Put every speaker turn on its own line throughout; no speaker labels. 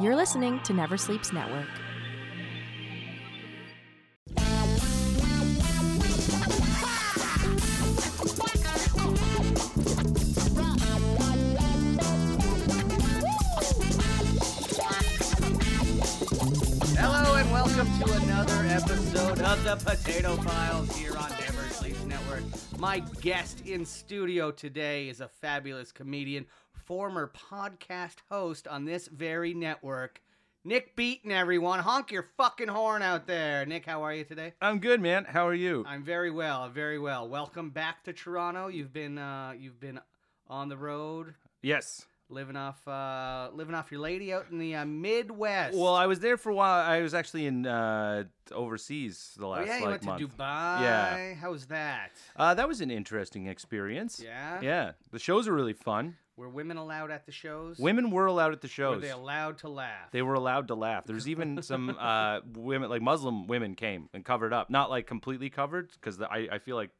You're listening to Never Sleeps Network.
Hello and welcome to another episode of the Potato Files here on Never Sleeps Network. My guest in studio today is a fabulous comedian, former podcast host on this very network, Nick Beaton, everyone. Honk your fucking horn out there. Nick, how are you today?
I'm good, man. How are you?
I'm very well, very well. Welcome back to Toronto. You've been uh, you've been on the road,
yes.
living off uh, living off your lady out in the uh, Midwest.
Well, I was there for a while. I was actually in uh, overseas the
Oh,
last
yeah, you
like,
went
month.
to Dubai.
Yeah.
How was that?
Uh, that was an interesting experience.
Yeah?
Yeah. The shows are really fun.
Were women allowed at the shows?
Women were allowed at the
Were
shows.
they allowed to laugh?
They were allowed to laugh. There's even some uh, women, like Muslim women, came and covered up. Not like completely covered, because I, I feel like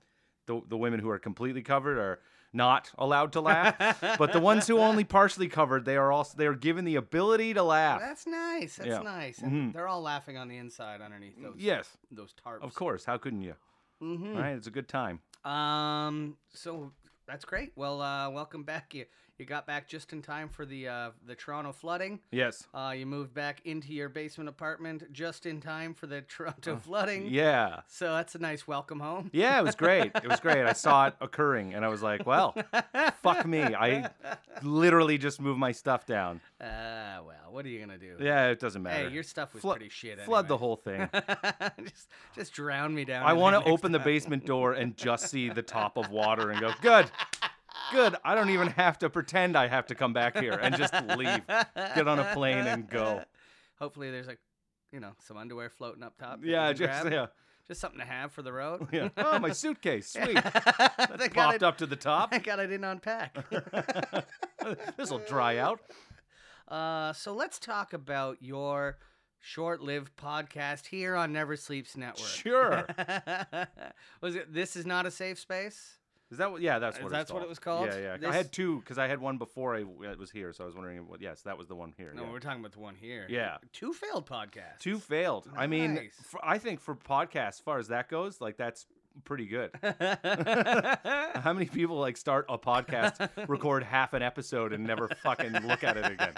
the, the women who are completely covered are not allowed to laugh. but the ones who only partially covered, they are also they are given the ability to laugh.
That's nice. That's
Yeah. Mm-hmm.
nice. And they're all laughing on the inside underneath those
yes,
those tarps.
of course. How couldn't you?
Mm-hmm.
All right, it's a good time.
Um. So that's great. Well, uh, welcome back. You you got back just in time for the uh, the Toronto flooding.
Yes.
Uh, you moved back into your basement apartment just in time for the Toronto flooding.
Uh, Yeah.
So that's a nice welcome home.
Yeah, it was great. It was great. I saw it occurring and I was like, well, fuck me. I literally just moved my stuff down.
Ah, well, what are you gonna do?
Yeah, it doesn't matter.
Hey, your stuff was
Flo-
pretty shit.
Flood the
anyway.
whole thing.
just, just drown me down.
I
in
want
there
to
next
open the
time.
basement door and just see the top of water and go, good, good. I don't even have to pretend I have to come back here and just leave. Get on a plane and go.
Hopefully, there's like, you know, some underwear floating up top. that you
Yeah,
can
just,
grab.
yeah,
just something to have for the road.
yeah. Oh, my suitcase. Sweet.
Thank God
Popped
I,
up to the top.
Thank God I didn't unpack.
this will dry out.
uh, so let's talk about your short-lived podcast here on Never Sleeps Network.
Sure.
was it? This is not a safe space.
Is that what? Yeah, that's what. it's
That's what it was called?
Yeah, yeah.
This-
I had two because I had one before I w- it was here, so I was wondering what. Yes, that was the one here.
No,
yeah.
we're talking about the one here.
Yeah.
Two failed podcasts.
Two failed. I mean,
Nice.
for, I think for podcasts, as far as that goes, like that's pretty good. How many people like start a podcast, record half an episode, and never fucking look at it again?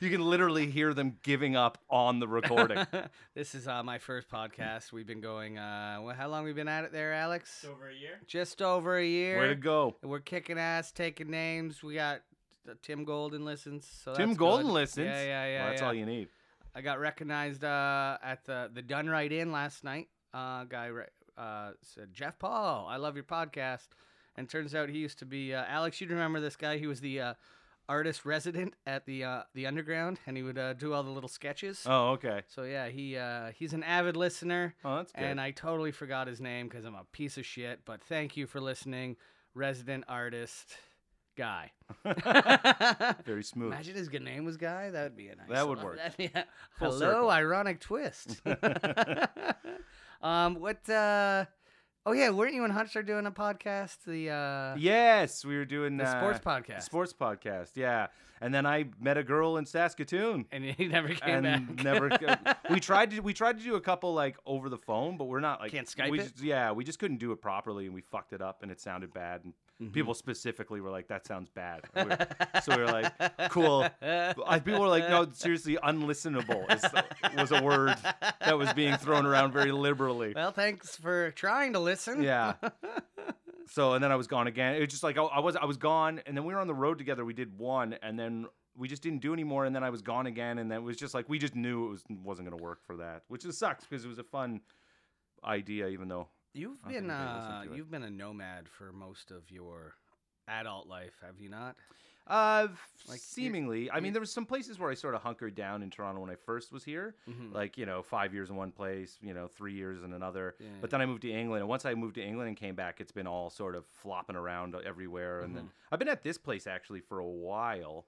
you can literally hear them giving up on the recording.
this is uh, my first podcast. We've been going. Uh, well, how long we been at it there, Alex? Just over a year. Just over a year.
Way to go.
We're kicking ass, taking names. We got uh, Tim Golden listens. So
Tim
that's
Golden
good.
listens.
Yeah, yeah, yeah.
Well, that's
yeah.
all you need.
I got recognized uh, at the the Done Right In last night. Uh, guy re- uh, said, Jeff Paul, I love your podcast. And turns out he used to be uh, Alex. You'd remember this guy? He was the uh, artist resident at the uh, the Underground, and he would uh, do all the little sketches.
Oh, okay.
So yeah, he uh, he's an avid listener,
Oh, that's good.
and I totally forgot his name because I'm a piece of shit. But thank you for listening, resident artist guy.
Very smooth.
Imagine his good name was Guy. That would be a nice.
That would
little-
work.
that'd be a-
Full
Hello,
circle.
ironic twist. um, what? Uh, oh yeah, weren't you and Hutch are doing a podcast? The uh,
Yes, we were doing
The sports
uh,
podcast.
Sports podcast, yeah. And then I met a girl in Saskatoon,
and he never came
and
back.
never. we tried to we tried to do a couple like over the phone, but we're not like
Can't Skype
we
it?
just- yeah, we just couldn't do it properly, and we fucked it up, and it sounded bad. And
Mm-hmm.
people specifically were like, "That sounds bad." And we were- so we were like, "Cool." I, people were like, "No, seriously, unlistenable is, was a word that was being thrown around very liberally."
well, thanks for trying to listen.
Yeah. so and then I was gone again. It was just like I, I was I was gone, and then we were on the road together. We did one, and then we just didn't do any more. And then I was gone again, and then it was just like we just knew it was wasn't going to work for that, which just sucks because it was a fun idea, even though
You've
I think
been
I did listen
uh,
to it.
you've been a nomad for most of your adult life, have you not?
uh
Like, you-
like seemingly. I
you-
mean, there was some places where I sort of hunkered down in Toronto when I first was here.
Mhm.
like you know five years in one place you know three years in another
Yeah.
but then i moved to england and once i moved to england and came back it's been all sort of flopping around everywhere and then
Mm-hmm.
i've been at this place actually for a while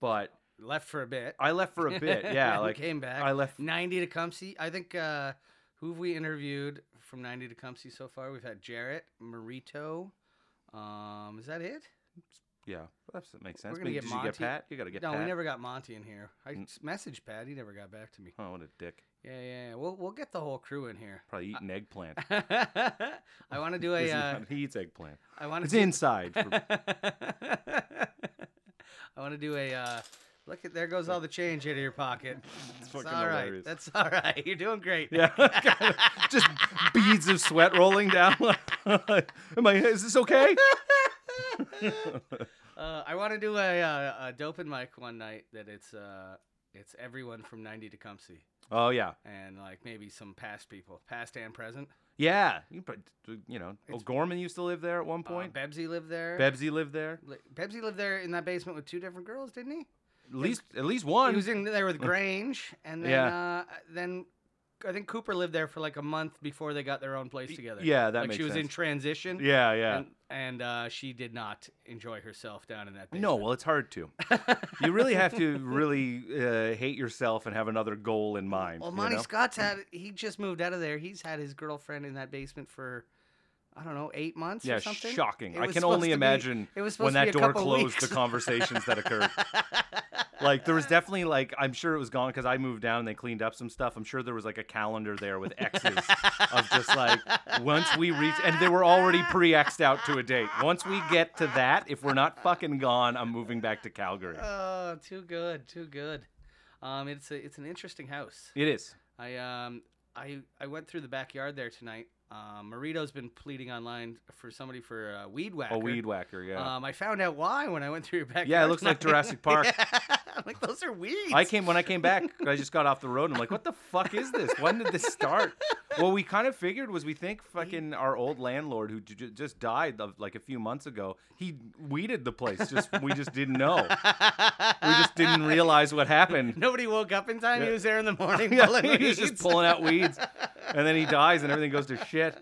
but
Left for a bit.
i left for a bit yeah
And
like
came back.
i left
ninety to come see. I think uh, who have we interviewed from ninety to come see so far? We've had Jarrett Marito. Um, is that it?
Yeah, that's, that makes sense.
gonna
But
get
did you get
Monty-
Pat? You gotta get
no,
Pat. Mm.
we never got Monty in here. I s- messaged Pat. He never got back to me.
Oh, what a dick!
Yeah, yeah. yeah. We'll we'll get the whole crew in here.
Probably eating eggplant.
I want to do a.
Isn't
Uh,
it? he eats eggplant.
I want to
It's
do,
inside. For,
I want to do a. Uh, look at there goes all the change out of your pocket. It's
fucking
all right.
hilarious.
That's all right. You're doing great.
yeah, just beads of sweat rolling down. Am I? Is this okay?
Uh, I want to do a, uh a dope and mic one night that it's uh it's everyone from 90 to Cumpsy
Oh yeah,
and like maybe some past people, past and present.
yeah. You, put- you know, O'Gorman used to live there at one
Uh,
point.
Bebsy lived there.
Bebsy lived there.
Li- Bebsy lived there in that basement with two different girls, didn't he?
At least, at least one.
He was in there with Grange, and then
Yeah.
uh, then I think Cooper lived there for like a month before they got their own place together.
yeah, that
like she
makes
was in
sense.
transition.
yeah, yeah.
and, and uh, she did not enjoy herself down in that. Basement.
No, well, it's hard to. you really have to really uh, hate yourself and have another goal in mind.
Well,
you
Monty
know? Mm.
Scott's had he just moved out of there. He's had his girlfriend in that basement for I don't know eight months.
Yeah,
or something.
shocking.
It
I
was
can
supposed
only
to be-
imagine
it was supposed
when
to be
that
a
door
couple
closed
weeks.
the conversations that occurred. like there was definitely like I'm sure it was gone because I moved down and they cleaned up some stuff. I'm sure there was like a calendar there with X's of just like once we reach and they were already pre-X'd out to a date. Once we get to that, if we're not fucking gone, I'm moving back to Calgary.
Oh, too good, too good. Um, it's a, it's an interesting house.
It is.
I um I I went through the backyard there tonight. Um, Marito's been pleading online for somebody for a weed whacker.
A weed whacker, yeah.
Um, I found out why when I went through your backyard.
Yeah, it looks like
tonight.
Jurassic Park.
Yeah. I'm like those are weeds.
I came when I came back. I just got off the road. And I'm like, what the fuck is this? When did this start? What we kind of figured was we think fucking our old landlord who j- j- just died of, like a few months ago. He weeded the place. Just we just didn't know. We just didn't realize what happened.
Nobody woke up in time. He
Yeah.
was there in the morning.
Yeah,
pulling
he was just
weeds.
pulling out weeds, and then he dies, and everything goes to shit.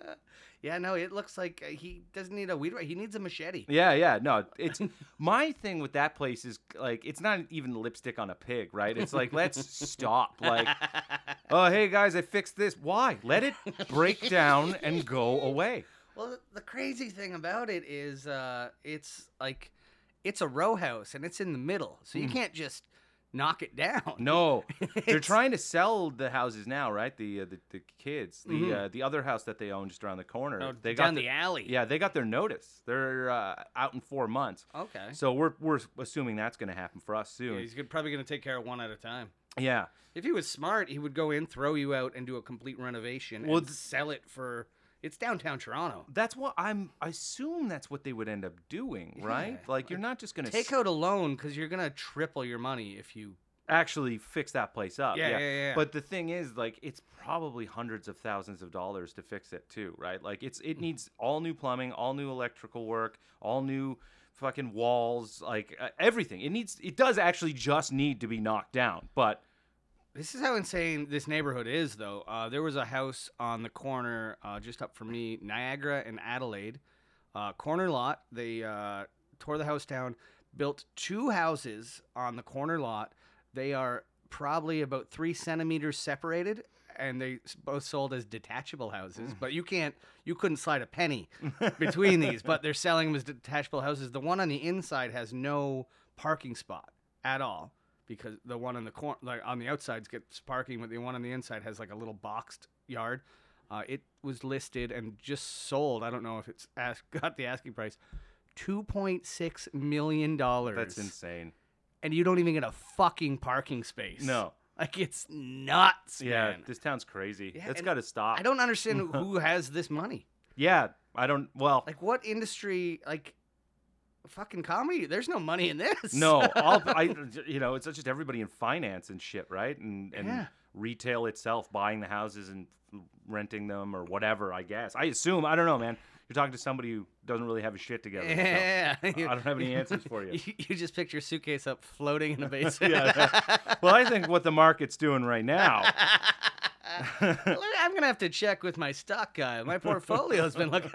Yeah, no, it looks like uh, he doesn't need a weed. whack- He needs a machete.
Yeah, yeah. No, it's my thing with that place is like it's not even lipstick on a pig, right? It's like let's stop. Like, oh hey guys, I fixed this. Why? Let it break down and go away.
Well, th- the crazy thing about it is, uh, it's like it's a row house and it's in the middle, so you can't just knock it down.
Hmm. No, they're
It's-
trying to sell the houses now, right? The uh, the, the kids, the
Mhm.
uh, the other house that they own just around the corner.
Oh,
they
down
got
the alley.
Yeah, they got their notice. They're uh, out in four months.
Okay.
So we're we're assuming that's going to happen for us
Yeah,
soon.
he's good- probably going to take care of one at a time.
yeah.
If he was smart, he would go in, throw you out, and do a complete renovation
Well,
and
th-
sell it for. It's downtown Toronto.
That's what I'm. I assume that's what they would end up doing, right?
Yeah,
like, you're not just gonna
Take
s-
out a loan because you're going to triple your money if you.
actually fix that place up.
Yeah, yeah, yeah.
But the thing is, like, it's probably hundreds of thousands of dollars to fix it too, right? Like, it's
Mm-hmm.
it needs all new plumbing, all new electrical work, all new fucking walls, like uh, everything. It needs. It does actually just need to be knocked down, but.
This is how insane this neighborhood is, though. Uh, there was a house on the corner uh, just up from me, Niagara and Adelaide, uh, corner lot. They uh, tore the house down, built two houses on the corner lot. They are probably about three centimeters separated, and they s- both sold as detachable houses. But you can't, you couldn't slide a penny between these. But they're selling them as detachable houses. The one on the inside has no parking spot at all because the one on the corner, like on the outside, gets parking, but the one on the inside has like a little boxed yard. Uh, it was listed and just sold. I don't know if it's ask, got the asking price, two point six million dollars.
That's insane.
And you don't even get a fucking parking space.
No.
like it's nuts,
Yeah,
man.
this town's crazy.
Yeah,
it's
and
got to stop.
I don't understand who has this money.
Yeah, I don't. Well,
Like, what industry? Like, fucking comedy. There's no money in this.
No, all I, you know, it's just everybody in finance and shit, right? And and
Yeah.
retail itself buying the houses and renting them or whatever. I guess I assume I don't know, man. You're talking to somebody who doesn't really have his shit together. so
Yeah.
I don't have any answers for you.
You, you just picked your suitcase up floating in the basement.
Yeah. Well, I think what the market's doing right now.
I'm gonna have to check with my stock guy. My portfolio's been looking.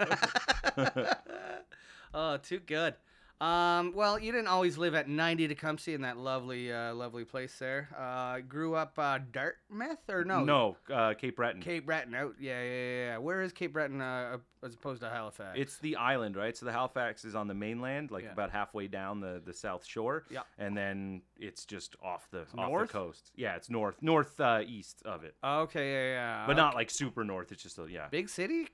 oh, too good. Um, well, you didn't always live at 90 Tecumseh in that lovely, uh, lovely place there. Uh, grew up uh, Dartmouth or no?
No, uh, Cape Breton.
Cape Breton. Out. Yeah, yeah, yeah, yeah. Where is Cape Breton uh, as opposed to Halifax?
It's the island, right? So the Halifax is on the mainland, like
Yeah.
about halfway down the, the south shore.
Yeah.
And then it's just off the off
north?
the coast. Yeah, it's north north uh, east of it.
okay, yeah, yeah.
But not like super north. It's just a yeah.
big city.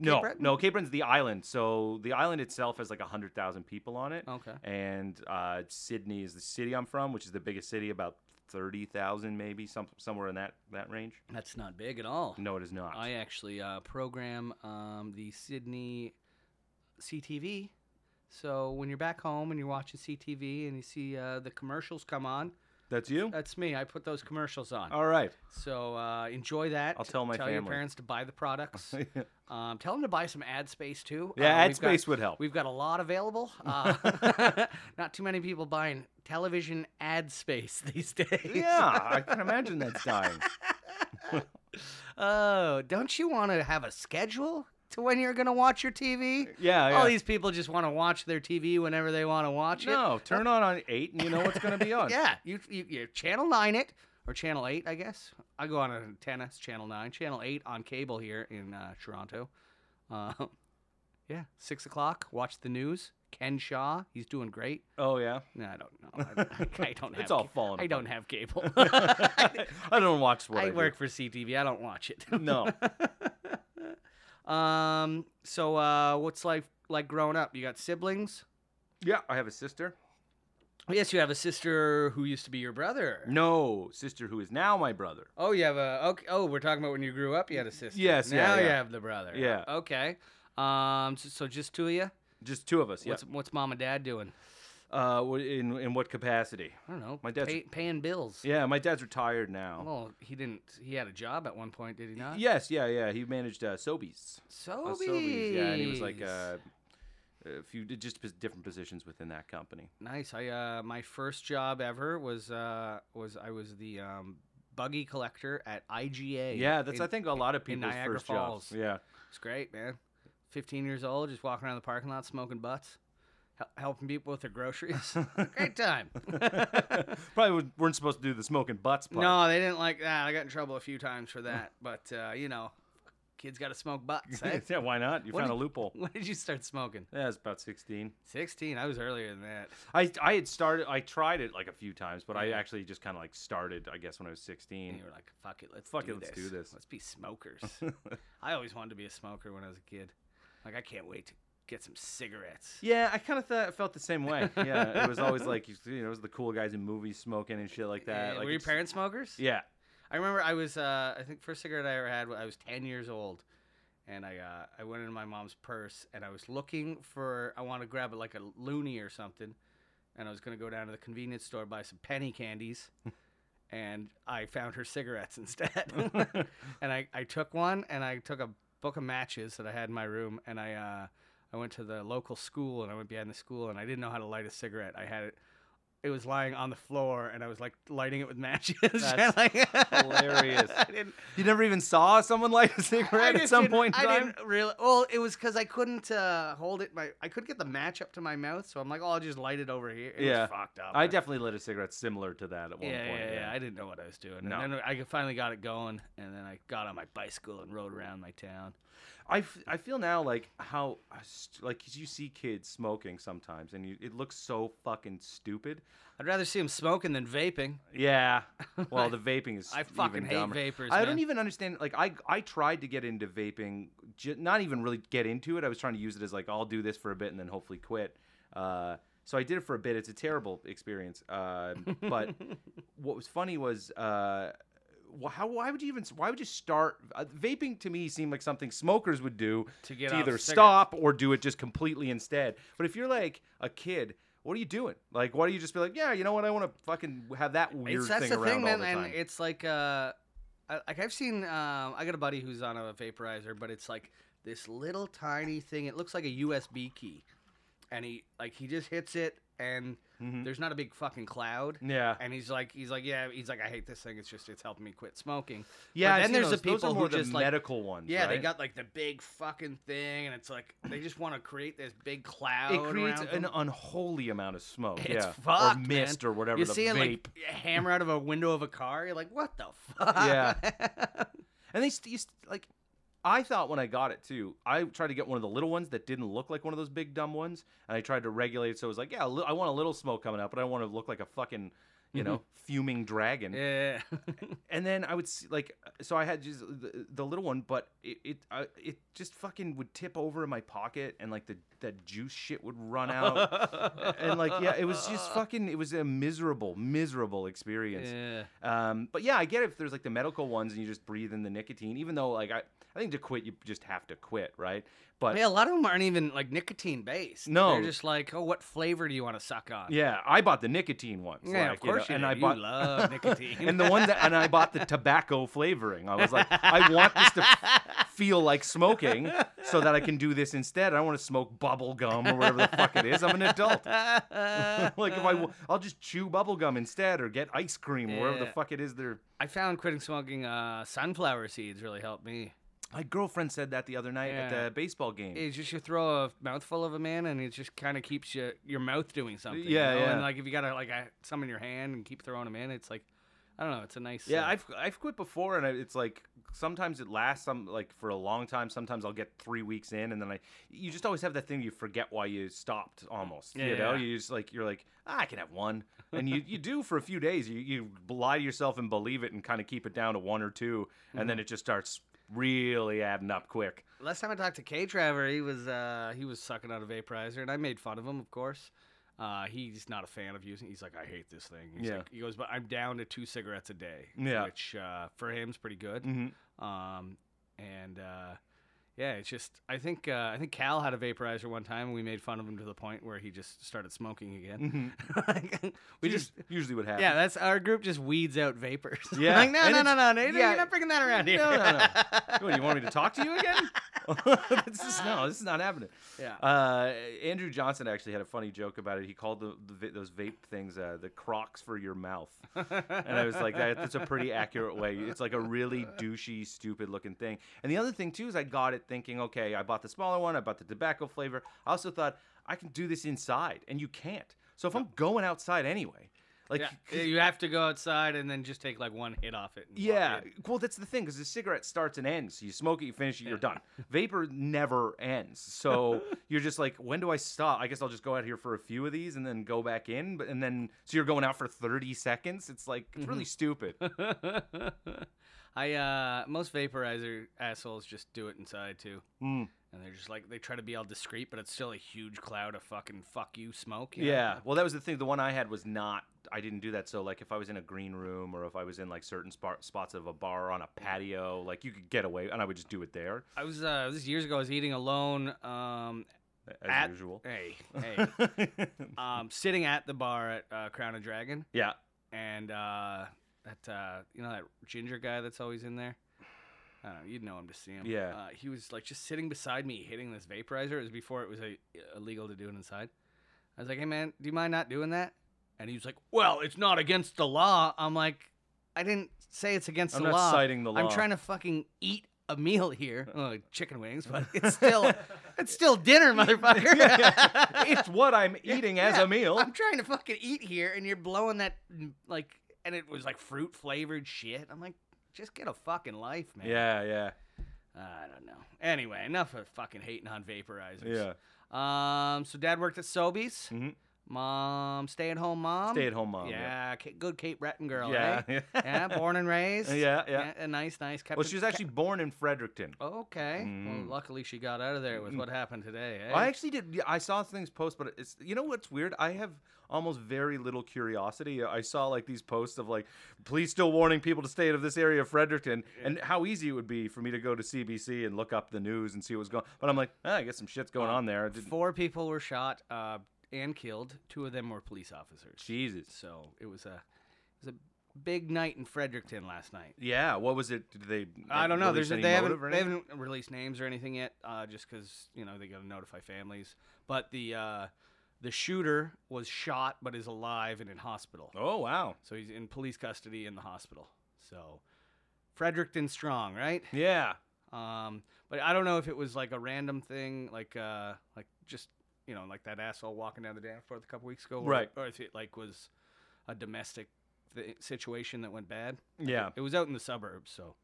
Cape
no,
Breton?
no. Cape Breton's the island. So the island itself has like hundred thousand people on it.
Okay.
And uh, Sydney is the city I'm from, which is the biggest city, about thirty thousand maybe, some somewhere in that that range.
That's not big at all.
No, it is not.
I actually uh, program um, the Sydney CTV. So when you're back home and you're watching CTV and you see uh, the commercials come on,
That's you.
that's me. I put those commercials on.
All right.
So uh, enjoy that.
Oh. I'll tell my
tell your
family.
parents to buy the products. um, tell them to buy some ad space too.
Yeah,
Uh,
ad
we've got-
space would help.
We've got a lot available. Uh, not too many people buying television ad space these days.
yeah, I can imagine that's dying.
Oh, don't you want to have a schedule to when you're going to watch your TV?
Yeah, Oh, yeah.
All these people just want to watch their TV whenever they want to watch it.
No, turn on on eight, and you know what's going to be on.
Yeah, you, you you channel nine it or channel eight, I guess. I go on a tennis channel nine, channel eight on cable here in uh, Toronto. Uh, yeah, six o'clock. Watch the news. Ken Shaw, he's doing great.
Oh yeah.
No, I don't know. I, I don't have.
It's all
ca-
falling
I don't
apart.
have cable.
I don't watch what I,
I
do.
work for CTV. I don't watch it.
No.
Um. So, uh, what's life like growing up? You got siblings?
Yeah, I have a sister.
Yes, you have a sister who used to be your brother.
No, sister who is now my brother.
Oh, you have a. Okay, oh, we're talking about when you grew up. You had a sister.
Yes, yeah,
Now you
yeah.
have the brother.
Yeah.
Okay. Um. So, so just two of you.
Just two of us. Yes.
What's What's mom and dad doing?
Uh, wh- in in what capacity?
I don't know.
My dad's-
pay, paying bills.
Yeah, my dad's retired now.
Well, he didn't. He had a job at one point, did he not?
Yes, yeah, yeah. He managed uh, Sobeys. Uh,
So
Sobeys, yeah, and he was like uh, a few just pos- different positions within that company.
Nice. I uh, my first job ever was uh, was I was the um, buggy collector at IGA.
Yeah, that's
in-
I think a lot of
in
people's
Niagara
first jobs.
Falls.
Yeah.
It's great, man. 15 years old, just walking around the parking lot smoking butts, hel- helping people with their groceries. great time.
Probably wa- weren't supposed to do the smoking butts part.
no, they didn't like that. I got in trouble a few times for that, but uh, you know, kids got to smoke butts. eh?
yeah, why not? You
What
found
did-
a loophole.
when did you start smoking?
Yeah, it's about 16.
16. I was earlier than that.
I, I had started, I tried it like a few times, but I actually just kind of like started, I guess, when I was
And
16.
you were like, "Fuck it, let's
Fuck
do
it, let's
this.
do this."
Let's be smokers." I always wanted to be a smoker when I was a kid. Like, I can't wait to get some cigarettes.
Yeah, I kind of th- felt the same way. Yeah, it was always like, you know, it was the cool guys in movies smoking and shit like that.
Yeah, Eh,
like
were your
it's-
parents smokers?
Yeah.
I remember I was, uh, I think first cigarette I ever had, I was 10 years old. And I, uh, I went into my mom's purse and I was looking for, I want to grab like a loony or something. And I was going to go down to the convenience store, buy some penny candies. and I found her cigarettes instead. and I, I took one and I took a book of matches that I had in my room. And I, uh, I went to the local school and I went behind the school and I didn't know how to light a cigarette. I had it. It was lying on the floor, and I was like lighting it with matches.
That's
Like-
hilarious.
I didn't.
You never even saw someone light a
I
cigarette at
just
some
didn't-
point in
I
time?
didn't really. Well, it was because I couldn't uh, hold it. My I couldn't get the match up to my mouth, so I'm like, oh, I'll just light it over here. It
Yeah.
was fucked up.
I definitely lit a cigarette similar to that at one
Yeah, yeah,
point.
yeah, I didn't know what I was doing.
No.
And then I finally got it going, and then I got on my bicycle and rode around my town.
I, f- I feel now like how st- like 'cause you see kids smoking sometimes and you, it looks so fucking stupid.
I'd rather see him smoking than vaping.
Yeah. Well, the vaping is
I fucking
even
hate
dumber.
vapors,
I
man.
don't even understand like I I tried to get into vaping, j- not even really get into it. I was trying to use it as like I'll do this for a bit and then hopefully quit. Uh so I did it for a bit. It's a terrible experience. Um, but what was funny was uh, wh- how why would you even why would you start uh, vaping? To me, seemed like something smokers would do
To get off
either
cigarettes.
stop or do it just completely instead. But if you're like a kid, what are you doing? Like, why do you just be like, yeah, you know what? I want to fucking have that weird
it's, that's
thing
the
around
thing, man.
all the
and
time.
it's like, uh, I, like I've seen. Um, I got a buddy who's on a vaporizer, but it's like this little tiny thing. It looks like a USB key, and he like he just hits it, and
Hmm.
There's not a big fucking cloud.
Mm-hmm. Yeah.
And he's like, he's like, yeah, he's like, I hate this thing. It's just, it's helping me quit smoking.
Yeah,
But
I've
then
seen
there's
those.
the people
those are more
who
the
just like
medical ones.
Yeah, they
right?
got like the big fucking thing, and it's like they just want to create this big cloud.
It creates
around
an
them.
unholy amount of smoke.
It's
yeah,
fucked,
or
man.
mist or whatever.
You
the
see it
vape.
like a hammer out of a window of a car. You're like, what the fuck?
Yeah. And they st- you st- like, I thought when I got it too. I tried to get one of the little ones that didn't look like one of those big dumb ones, and I tried to regulate it so it was like, yeah, a li- I want a little smoke coming up, but I want to look like a fucking, you
Mm-hmm.
know, fuming dragon.
yeah.
And then I would see like, uh, so I had just the, the little one, but it it, I, it just fucking would tip over in my pocket, and like the that juice shit would run out, and like yeah, it was just fucking, it was a miserable, miserable experience.
yeah.
Um, but yeah, I get if there's like the medical ones and you just breathe in the nicotine, even though like I, I think to quit you just have to quit, right? But
Yeah, a lot of them aren't even like nicotine based.
No.
they're just like, oh, what flavor do you want to suck on?
yeah, I bought the nicotine ones.
Yeah,
like,
of course. You,
and
did.
I
You
bought
love nicotine.
and the one that and I bought the tobacco flavoring. I was like, I want this to f- feel like smoking, so that I can do this instead. I don't want to smoke bubble gum or whatever the fuck it is. I'm an adult. like if I, w- I'll just chew bubble gum instead or get ice cream or whatever the
Uh. Yeah.
fuck it is they're
I found quitting smoking uh, sunflower seeds really helped me.
My girlfriend said that the other night at
Yeah.
the baseball game.
It's just you throw a mouthful of them in, and it just kind of keeps you, your mouth doing something. you
Yeah,
know?
yeah.
And like if you got a, like a, some in your hand and keep throwing them in, it's like, I don't know, it's a nice.
Yeah,
uh,
I've I've quit before, and I, it's like sometimes it lasts some like for a long time. Sometimes I'll get three weeks in, and then I you just always have that thing you forget why you stopped almost. you know,
Yeah.
you just like you're like "Ah, I can have one, and you you do for a few days. You you lie to yourself and believe it, and kind of keep it down to one or 2 and
Mm-hmm.
then it just starts really adding up quick.
last time I talked to K Traver, he was uh, he was sucking out a vaporizer, and I made fun of him, of course. Uh, he's not a fan of using. He's like, I hate this thing. He's
Yeah.
like- he goes, but I'm down to two cigarettes a day.
Yeah.
which uh, for him is pretty good.
Mhm.
Um, and uh, yeah, it's just I think uh, I think Cal had a vaporizer one time, and we made fun of him to the point where he just started smoking again. Like, we
Just
just.
usually what happens.
mm-hmm. Yeah, that's our group just weeds out vapors.
Yeah,
like no,
and
no,
it's-
no, no, no,
yeah.
you're not bringing that around here.
No, no, no. What, you want me to talk to you again? this is, no, this is not happening.
Yeah.
Uh, Andrew Johnson actually had a funny joke about it. He called the, the va- those vape things uh, the Crocs for your mouth, and I was like, that, that's a pretty accurate way. It's like a really douchey, stupid-looking thing. And the other thing too is I got it thinking, okay, I bought the smaller one, I bought the tobacco flavor. I also thought I can do this inside, and you can't. So if I'm going outside anyway, like.
Yeah,
'cause-
you have to go outside and then just take like one hit off it. and walk
yeah,
in.
well, that's the thing because the cigarette starts and ends. You smoke it, you finish it, you're done. Vapor never ends, so you're just like, when do I stop? I guess I'll just go out here for a few of these and then go back in. But and then so you're going out for 30 seconds. It's like it's
Mm-hmm.
really stupid.
I uh most vaporizer assholes just do it inside too.
Mm.
And they're just like they try to be all discreet, but it's still a huge cloud of fucking fuck you smoke. you know?
Yeah. Well, that was the thing. The one I had was not. I didn't do that. So like, if I was in a green room or if I was in like certain spot, spots of a bar on a patio, like you could get away, and I would just do it there
I was uh this is years ago I was eating alone um
as
At-
usual.
hey, hey. um sitting at the bar at uh, Crown and Dragon
yeah.
and uh that uh you know that ginger guy that's always in there. I don't know, you'd know him to see him.
Yeah.
Uh, he was like just sitting beside me hitting this vaporizer. It was before it was a, illegal to do it inside. I was like, hey man, do you mind not doing that? And he was like, well, it's not against the law. I'm like, I didn't say it's against
I'm
the
not
law.
citing the law."
I'm trying to fucking eat a meal here. Oh, chicken wings, but it's still it's still dinner, motherfucker.
it's what I'm eating as
Yeah,
a meal.
I'm trying to fucking eat here, and you're blowing that mm, like, and it was like fruit flavored shit. I'm like, just get a fucking life, man.
Yeah, yeah.
I don't know. Anyway, enough of fucking hating on vaporizers.
Yeah.
Yeah. Um. So dad worked at Sobeys.
Mhm.
Mom, stay at home mom.
Stay at home mom.
Um, Yeah, Ca- good Cape Breton girl.
Yeah,
eh?
yeah.
born and raised.
Yeah, yeah.
A nice, nice. Kept
Well,
it-
she was actually born in Fredericton.
kept- okay. Well,
Mm.
luckily she got out of there with what happened today. Eh?
I actually did. yeah, I saw things post, but it's you know what's weird. I have almost very little curiosity. I saw like these posts of like, please still warning people to stay out of this area of Fredericton, and how easy it would be for me to go to CBC and look up the news and see what's going. But I'm like, ah, I guess some shit's going on there. I didn't-
Four people were shot uh, and killed. Two of them were police officers.
Jesus.
So it was a it was a big night in Fredericton last night.
Yeah. What was it? Did they?
I don't know.
release
There's a,
any
they
motive or
haven't they
anything?
haven't released names or anything yet, uh, just because you know they got to notify families. But the uh, The shooter was shot but is alive and in hospital.
Oh wow.
So he's in police custody in the hospital. So Fredericton Strong, right?
Yeah.
Um, but I don't know if it was like a random thing, like uh, like just you know, like that asshole walking down the Danforth a couple weeks ago, or,
Right.
Or if it like was a domestic th- situation that went bad.
Yeah.
It was out in the suburbs, so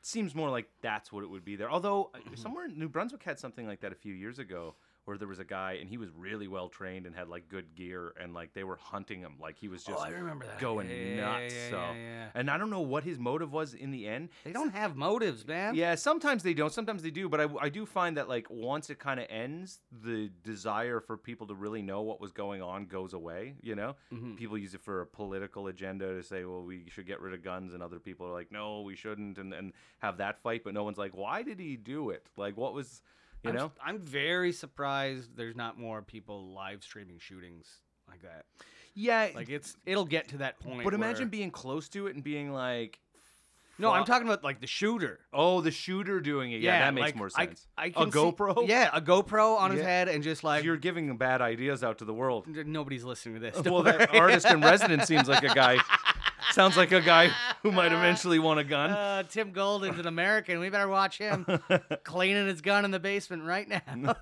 seems more like that's what it would be there. Although uh, somewhere in New Brunswick had something like that a few years ago, where there was a guy and he was really well trained and had like good gear, and like they were hunting him, like he
Oh,
was just
remember that
going nuts. so, and I don't know what his motive was in the end.
They don't have motives, man.
Yeah, sometimes they don't, sometimes they do, but I, I do find that like once it kind of ends, the desire for people to really know what was going on goes away. You know,
Mhm.
people use it for a political agenda to say, well, we should get rid of guns, and other people are like, no, we shouldn't, and and have that fight. But no one's like, why did he do it? Like, what was, you
I'm,
know?
s- I'm very surprised there's not more people live streaming shootings like that.
yeah,
Like it's it'll get to that point.
but imagine
where-
being close to it and being like,
No, I'm
fuck.
talking about like the shooter.
Oh, the shooter doing it. Yeah, that makes
like,
more
I-
sense.
I
A
can see-
GoPro?
yeah, a GoPro on his
Yeah.
head and just like
You're giving bad ideas out to the world.
nobody's listening to this. don't
Well, that
worry.
artist in residence seems like a guy. Sounds like a guy who might eventually want a gun.
Uh, Tim Golden's an American. We better watch him cleaning his gun in the basement right now.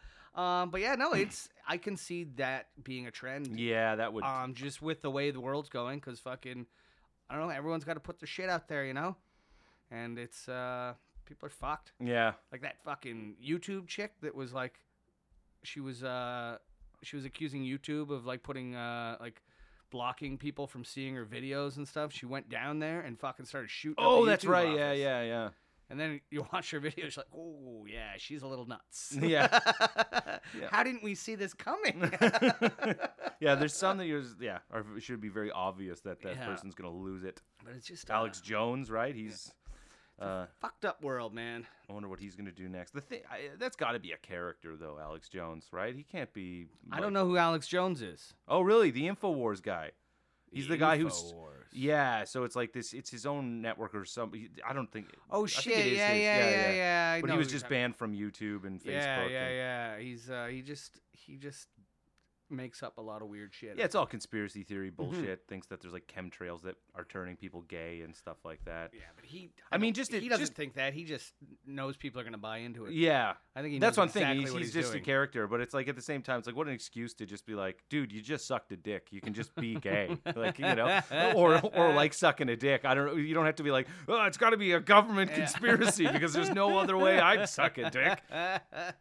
um, but yeah, no, it's I can see that being a trend.
Yeah, that would.
Um, just with the way the world's going, because fucking, I don't know, everyone's got to put their shit out there, you know, and it's uh, people are fucked.
yeah.
like that fucking YouTube chick that was like, she was uh, she was accusing YouTube of like putting uh, like blocking people from seeing her videos and stuff. She went down there and fucking started shooting. up
Oh,
the
that's
YouTube
right. Yeah,
office.
yeah, yeah.
And then you watch her videos, you're like, oh yeah, she's a little nuts.
Yeah. Yeah.
How didn't we see this coming?
yeah, there's some that you're, yeah, or it should be very obvious that that
Yeah.
person's going to lose it.
but it's just
Alex
uh,
Jones, right? He's, uh,
fucked up world, man.
I wonder what he's going to do next. The thing, I, that's got to be a character, though, Alex Jones, right? He can't be.
I don't
like-
know who Alex Jones is.
Oh, really? The InfoWars guy. He's the guy who's.
Infowars.
Yeah, so it's like this. It's his own network or something. I don't think.
Oh
I think it
shit!
is
Yeah,
his.
yeah, yeah, yeah, I
But
know
he
who
was
you're
just
talking-
banned from YouTube and Facebook.
Yeah, yeah, yeah.
and-
He's uh, he just he just makes up a lot of weird shit.
Yeah, it's all conspiracy theory
Mm-hmm.
bullshit. Thinks that there's like chemtrails that are turning people gay and stuff like that.
Yeah, but he.
I mean,
don't-
just it-
he doesn't
just-
think that. He just knows people are gonna buy into it.
Yeah,
I think he.
that's
knows
one thing.
exactly
he's
what
he's just
doing.
a character, but it's like at the same time, it's like what an excuse to just be like, dude, you just sucked a dick. You can just be gay, like you know, or or like sucking a dick. I don't know. You don't have to be like, oh, it's got to be a government conspiracy because there's no other way I'd suck a dick.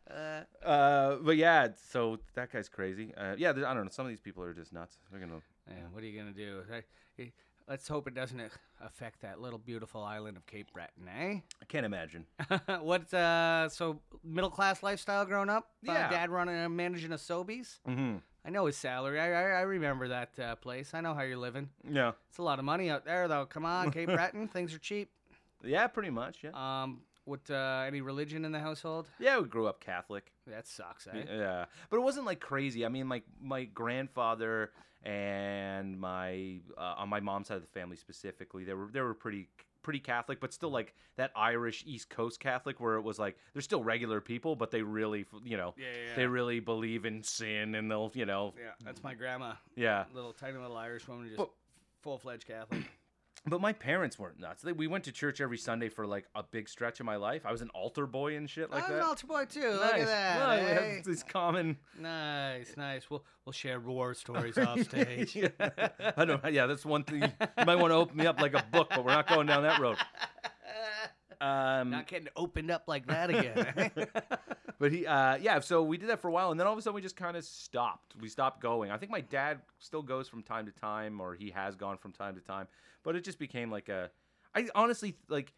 Uh, but yeah, so that guy's crazy. Uh, yeah, there- I don't know. Some of these people are just nuts. They're gonna.
Yeah, what are you gonna do? Hey, hey, Let's hope it doesn't a- affect that little beautiful island of Cape Breton, eh?
I can't imagine.
What's uh? So middle class lifestyle growing up. Uh,
Yeah.
Dad running and managing a Sobeys.
Mm-hmm.
I know his salary. I I, I remember that uh, place. I know how you're living.
Yeah.
It's a lot of money out there, though. Come on, Cape Breton, things are cheap.
Yeah, pretty much. Yeah.
Um, what? Uh, any religion in the household?
yeah, we grew up Catholic.
That sucks. Eh?
Yeah, but it wasn't like crazy. I mean, like my grandfather and my uh, on my mom's side of the family specifically, they were they were pretty pretty Catholic, but still like that Irish East Coast Catholic, where it was like they're still regular people, but they really f- you know
Yeah, yeah,
they
yeah.
really believe in sin and they'll you know
Yeah, that's my grandma.
yeah.
Little tiny little Irish woman, just
But-
full fledged Catholic.
But my parents weren't nuts. They, we went to church every Sunday for like a big stretch of my life. I was an altar boy and shit like
I was
that.
an altar boy too. Look
Nice.
at that.
Well, we have
eh?
these common.
Nice, nice. We'll we'll share war stories off stage.
Yeah. I know. Yeah, that's one thing. You might want to open me up like a book, but we're not going down that road. Um,
Not getting opened up like that again. eh?
but he, uh, yeah. So we did that for a while, and then all of a sudden we just kind of stopped. We stopped going. I think my dad still goes from time to time, or he has gone from time to time. But it just became like a. I honestly like.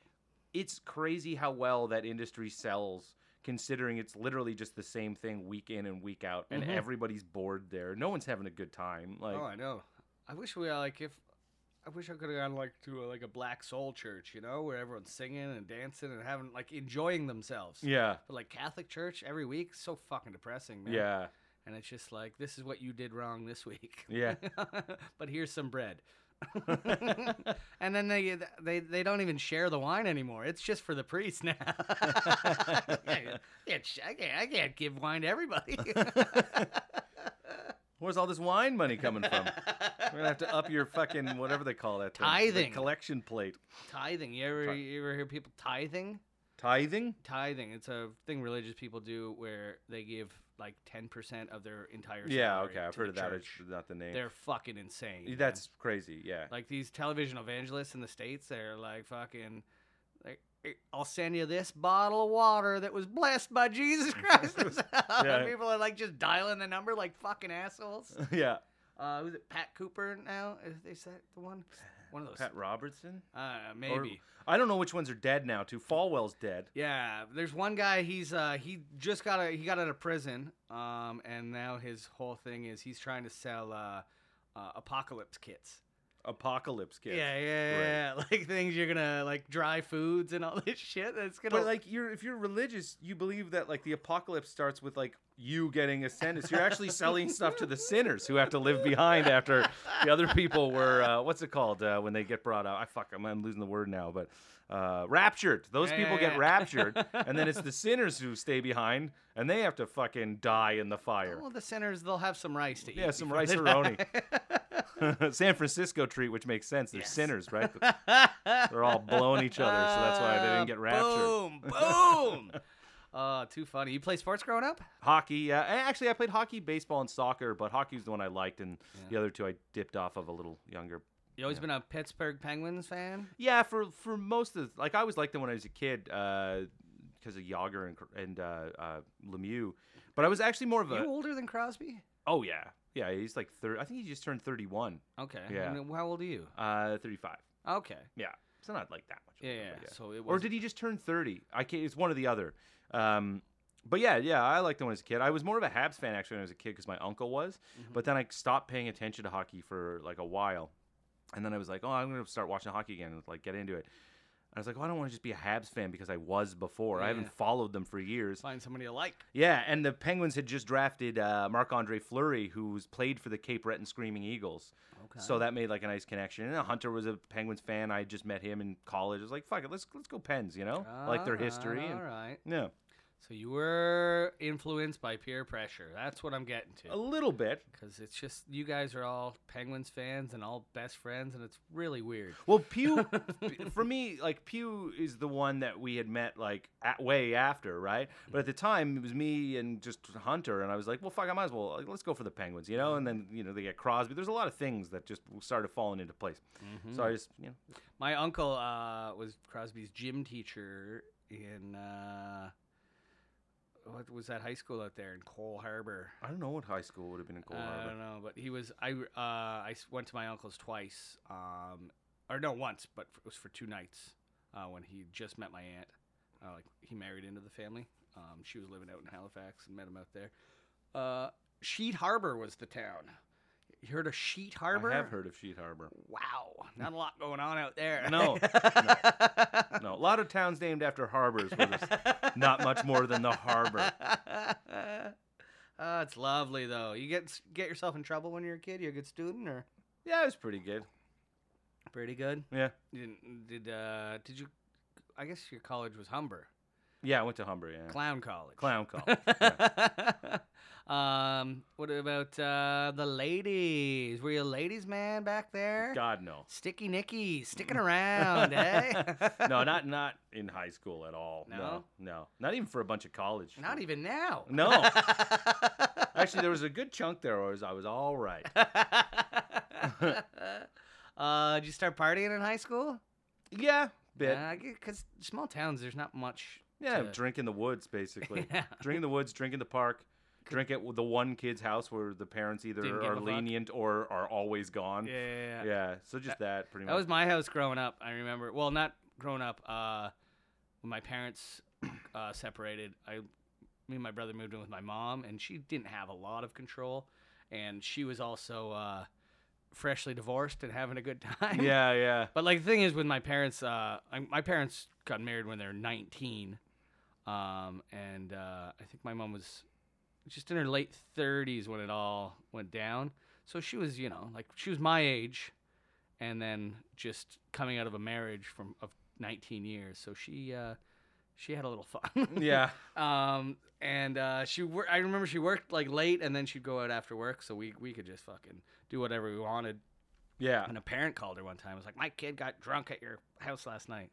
It's crazy how well that industry sells, considering it's literally just the same thing week in and week out, and
Mhm.
everybody's bored there. No one's having a good time. Like,
oh, I know. I wish we uh, like if I wish I could have gone like to a, like a black soul church, you know, where everyone's singing and dancing and having like enjoying themselves.
yeah,
But like Catholic church every week, so fucking depressing, man.
yeah.
And it's just like this is what you did wrong this week.
Yeah.
but here's some bread. and then they they they don't even share the wine anymore. It's just for the priest now. I, can't, I, can't, I can't give wine to everybody.
Where's all this wine money coming from? We're gonna have to up your fucking whatever they call that thing, the
Tithing.
collection plate
tithing. You ever
Tri-
you ever hear people tithing?
tithing.
Tithing. It's a thing religious people do where they give like ten percent of their entire
Yeah,
salary
okay, I've
to the
heard of that.
church.
It's not the name.
They're fucking insane. man.
That's crazy. Yeah.
like these television evangelists in the states they're like fucking like i'll send you this bottle of water that was blessed by jesus christ himself
Yeah.
and people are like just dialing the number like fucking assholes
yeah.
uh who's it pat cooper now is, is that the one one of those
Pat Robertson.
uh maybe
Or- I don't know which ones are dead now. Too. Falwell's dead.
yeah there's one guy he's uh he just got a he got out of prison um and now his whole thing is he's trying to sell uh, uh apocalypse kits
Apocalypse Kids.
Yeah, yeah, yeah, yeah. Like things you're gonna like dry foods and all this shit. That's gonna
But like you're if you're religious, you believe that like the apocalypse starts with like you getting a sentence. You're actually selling stuff to the sinners who have to live behind after the other people were uh, what's it called uh, when they get brought out? I fuck, I'm, I'm losing the word now, but uh, raptured. Those
Yeah,
people
yeah, yeah.
get raptured, and then it's the sinners who stay behind, and they have to fucking die in the fire.
well, oh, the centers they'll have some rice to eat.
Yeah, some
before they
rice-a-roni.
die.
San Francisco treat, which makes sense. They're
Yes.
sinners, right? They're all blowing each other, so that's why they
Ah,
didn't get raptured.
Boom, boom. Uh, too funny. You play sports growing up?
Hockey. Uh, actually, I played hockey, baseball, and soccer, but hockey's the one I liked, and
Yeah.
the other two I dipped off of a little younger.
You always
Yeah.
been a Pittsburgh Penguins fan?
Yeah, for for most of the, like I always liked them when I was a kid because of Yager and and uh, uh, Lemieux, but I was actually more of a
you older than Crosby?
oh yeah yeah he's like thir- I think he just turned thirty one,
Okay.
Yeah.
And how old are you?
uh, thirty five.
Okay.
Yeah, so not like that much.
Yeah.
older,
yeah.
but
So it was.
or did he just turn 30 i can't it's one or the other um but yeah yeah i liked them when i was a kid i was more of a habs fan actually when i was a kid because my uncle was
Mm-hmm.
but then i stopped paying attention to hockey for like a while and then i was like oh i'm gonna start watching hockey again and like get into it i was like oh i don't want to just be a habs fan because i was before i
Yeah.
haven't followed them for years
find somebody you like?
yeah, and the Penguins had just drafted uh, Marc Andre Fleury, who's played for the Cape Breton Screaming Eagles.
Okay.
So that made like a nice connection. And Hunter was a Penguins fan. I had just met him in college. I was like, fuck it, let's let's go Pens, you know, like their
Ah, Alright,
history.
All
and-
right.
Yeah,
So you were influenced by peer pressure. That's what I'm getting to.
a little bit.
Because it's just you guys are all Penguins fans and all best friends, and it's really weird.
Well, Pew, for me, like Pew is the one that we had met like at, way after, right? But at the time, it was me and just Hunter, and I was like, well, fuck, I might as well like, let's go for the Penguins, you know. And then you know they get Crosby. There's a lot of things that just started falling into place.
Hmm.
So I just, you know,
My uncle uh, was Crosby's gym teacher in uh, what was that high school out there in Cole Harbor?
I don't know what high school would have been in Cole
I
Harbor.
don't know, but he was. I uh, I s- went to my uncle's twice, um, or no, once, but it was for two nights uh, when he just met my aunt. Uh, like he married into the family. Um, she was living out in Halifax and met him out there. Uh, Sheet Harbor was the town. You heard of Sheet Harbor?
I have heard of Sheet Harbor.
Wow, not a lot going on out there.
No, No, a lot of towns named after harbors where there's not much more than the harbor.
Oh, it's lovely though. You get s- get yourself in trouble when you're a kid. You're a good student, or
Yeah, it was pretty good.
pretty good.
Yeah.
You didn't, did uh did you? I guess your college was Humber
Yeah, I went to Humber, yeah.
Clown College.
Clown call.
um, what about uh the ladies? Were you a ladies' man back there?
God no.
Sticky Nicky sticking around, eh?
No, not not in high school at all. No. No.
No?
Not even for a bunch of college.
Not even now.
No. Actually, there was a good chunk there where I was, I was all right.
uh, did you start partying in high school?
Yeah, bit.
Yeah, because small towns, there's not much.
Yeah,
to-
drink in the woods basically.
Yeah.
Drink in the woods, drink in the park, drink at the one kid's house where the parents
Didn't
either
give a
are
fuck.
lenient or are always gone.
Yeah.
Mm. Yeah, so just that pretty
That
much.
was my house growing up. I remember. Well, not growing up. Uh, when my parents uh, separated, I, me and my brother moved in with my mom, and she didn't have a lot of control, and she was also uh, freshly divorced and having a good time.
yeah, yeah.
But like the thing is with my parents, uh, I, my parents got married when they were 19, um, and uh, I think my mom was just in her late 30s when it all went down. So she was, you know, like she was my age, and then just coming out of a marriage from of 19 years. So she uh, she had a little fun.
Yeah.
Um, and uh, she wor- I remember she worked like late, and then she'd go out after work, so we we could just fucking do whatever we wanted.
Yeah.
And a parent called her one time. Was like, my kid got drunk at your house last night.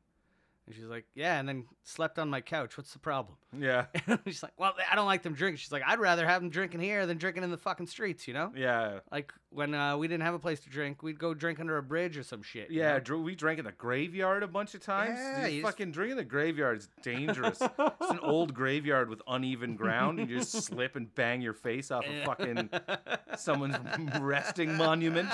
And she's like, yeah, and then slept on my couch. What's the problem?
Yeah.
she's like, well, I don't like them drinking. She's like, I'd rather have them drinking here than drinking in the fucking streets, you know?
Yeah.
Like when uh, we didn't have a place to drink, we'd go drink under a bridge or some shit. you
Yeah,
know?
dr- we drank in the graveyard a bunch of times.
Yeah,
Dude,
you just-
fucking drinking in the graveyard is dangerous. it's an old graveyard with uneven ground, and you just slip and bang your face off a fucking someone's resting monument.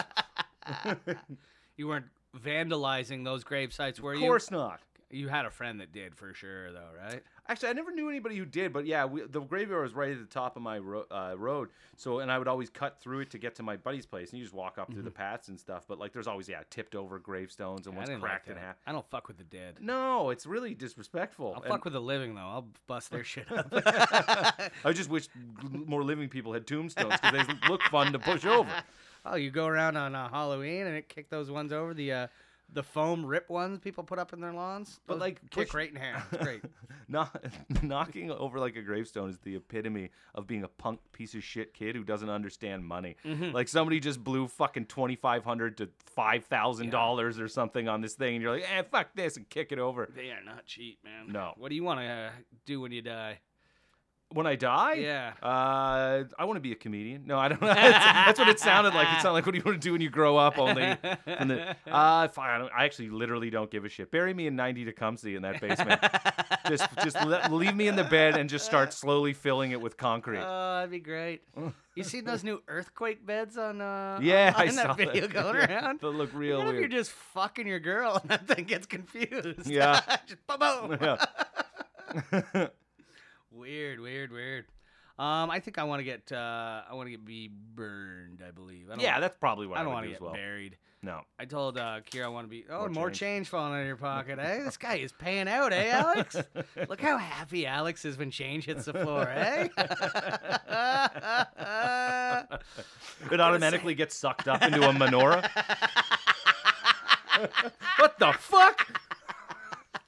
you weren't vandalizing those grave sites, were
Of
you?
course not.
You had a friend that did for sure, though, right?
Actually, I never knew anybody who did, but yeah, we, the graveyard was right at the top of my ro- uh, road. So, and I would always cut through it to get to my buddy's place, and you just walk up through the paths and stuff. But like, there's always yeah, tipped over gravestones and
Mm-hmm. I
one's
didn't like
cracked in
that.
half.
I don't fuck with the dead.
No, it's really disrespectful.
I'll
And
fuck with the living though. I'll bust their shit up.
I just wish more living people had tombstones because they look fun to push over.
oh, you go around on uh, Halloween and it kick those ones over the uh, the foam rip ones people put up in their lawns.
But,
Those
like,
kick
push-
right in half. It's great.
Knock, knocking over like a gravestone is the epitome of being a punk piece of shit kid who doesn't understand money. Like somebody just blew fucking twenty five hundred to five thousand dollars or something on this thing, and you're like, eh, fuck this, and kick it over.
they are not cheap, man.
No.
What do you want to uh, do when you die?
When I die,
Yeah.
uh, I want to be a comedian. No, I don't. that's, that's what it sounded like. It sounded like what do you want to do when you grow up? Only, from the, uh, fine. I, don't, I actually literally don't give a shit. Bury me in ninety Tecumseh in that basement. just, just let, leave me in the bed and just start slowly filling it with concrete.
Oh, that'd be great. You seen those new earthquake beds on? Uh,
Yeah, I
online?
saw
that video
that.
going
Yeah,
around.
that look real
what if
weird.
you're just fucking your girl and that thing gets confused?
Yeah.
just boom, boom.
Yeah.
Weird, weird, weird. Um, I think I want to get, uh, I want to get be burned. I believe. I don't,
yeah, that's probably what
I
I,
don't
would
want to
do
get
as well.
buried.
No,
I told uh, Kira I want to be. Oh,
More
more, change.
change.
falling out of your pocket, eh? This guy is paying out, eh, Alex? Look how happy Alex is when change hits the floor, eh?
it automatically gets sucked up into a menorah. what the fuck?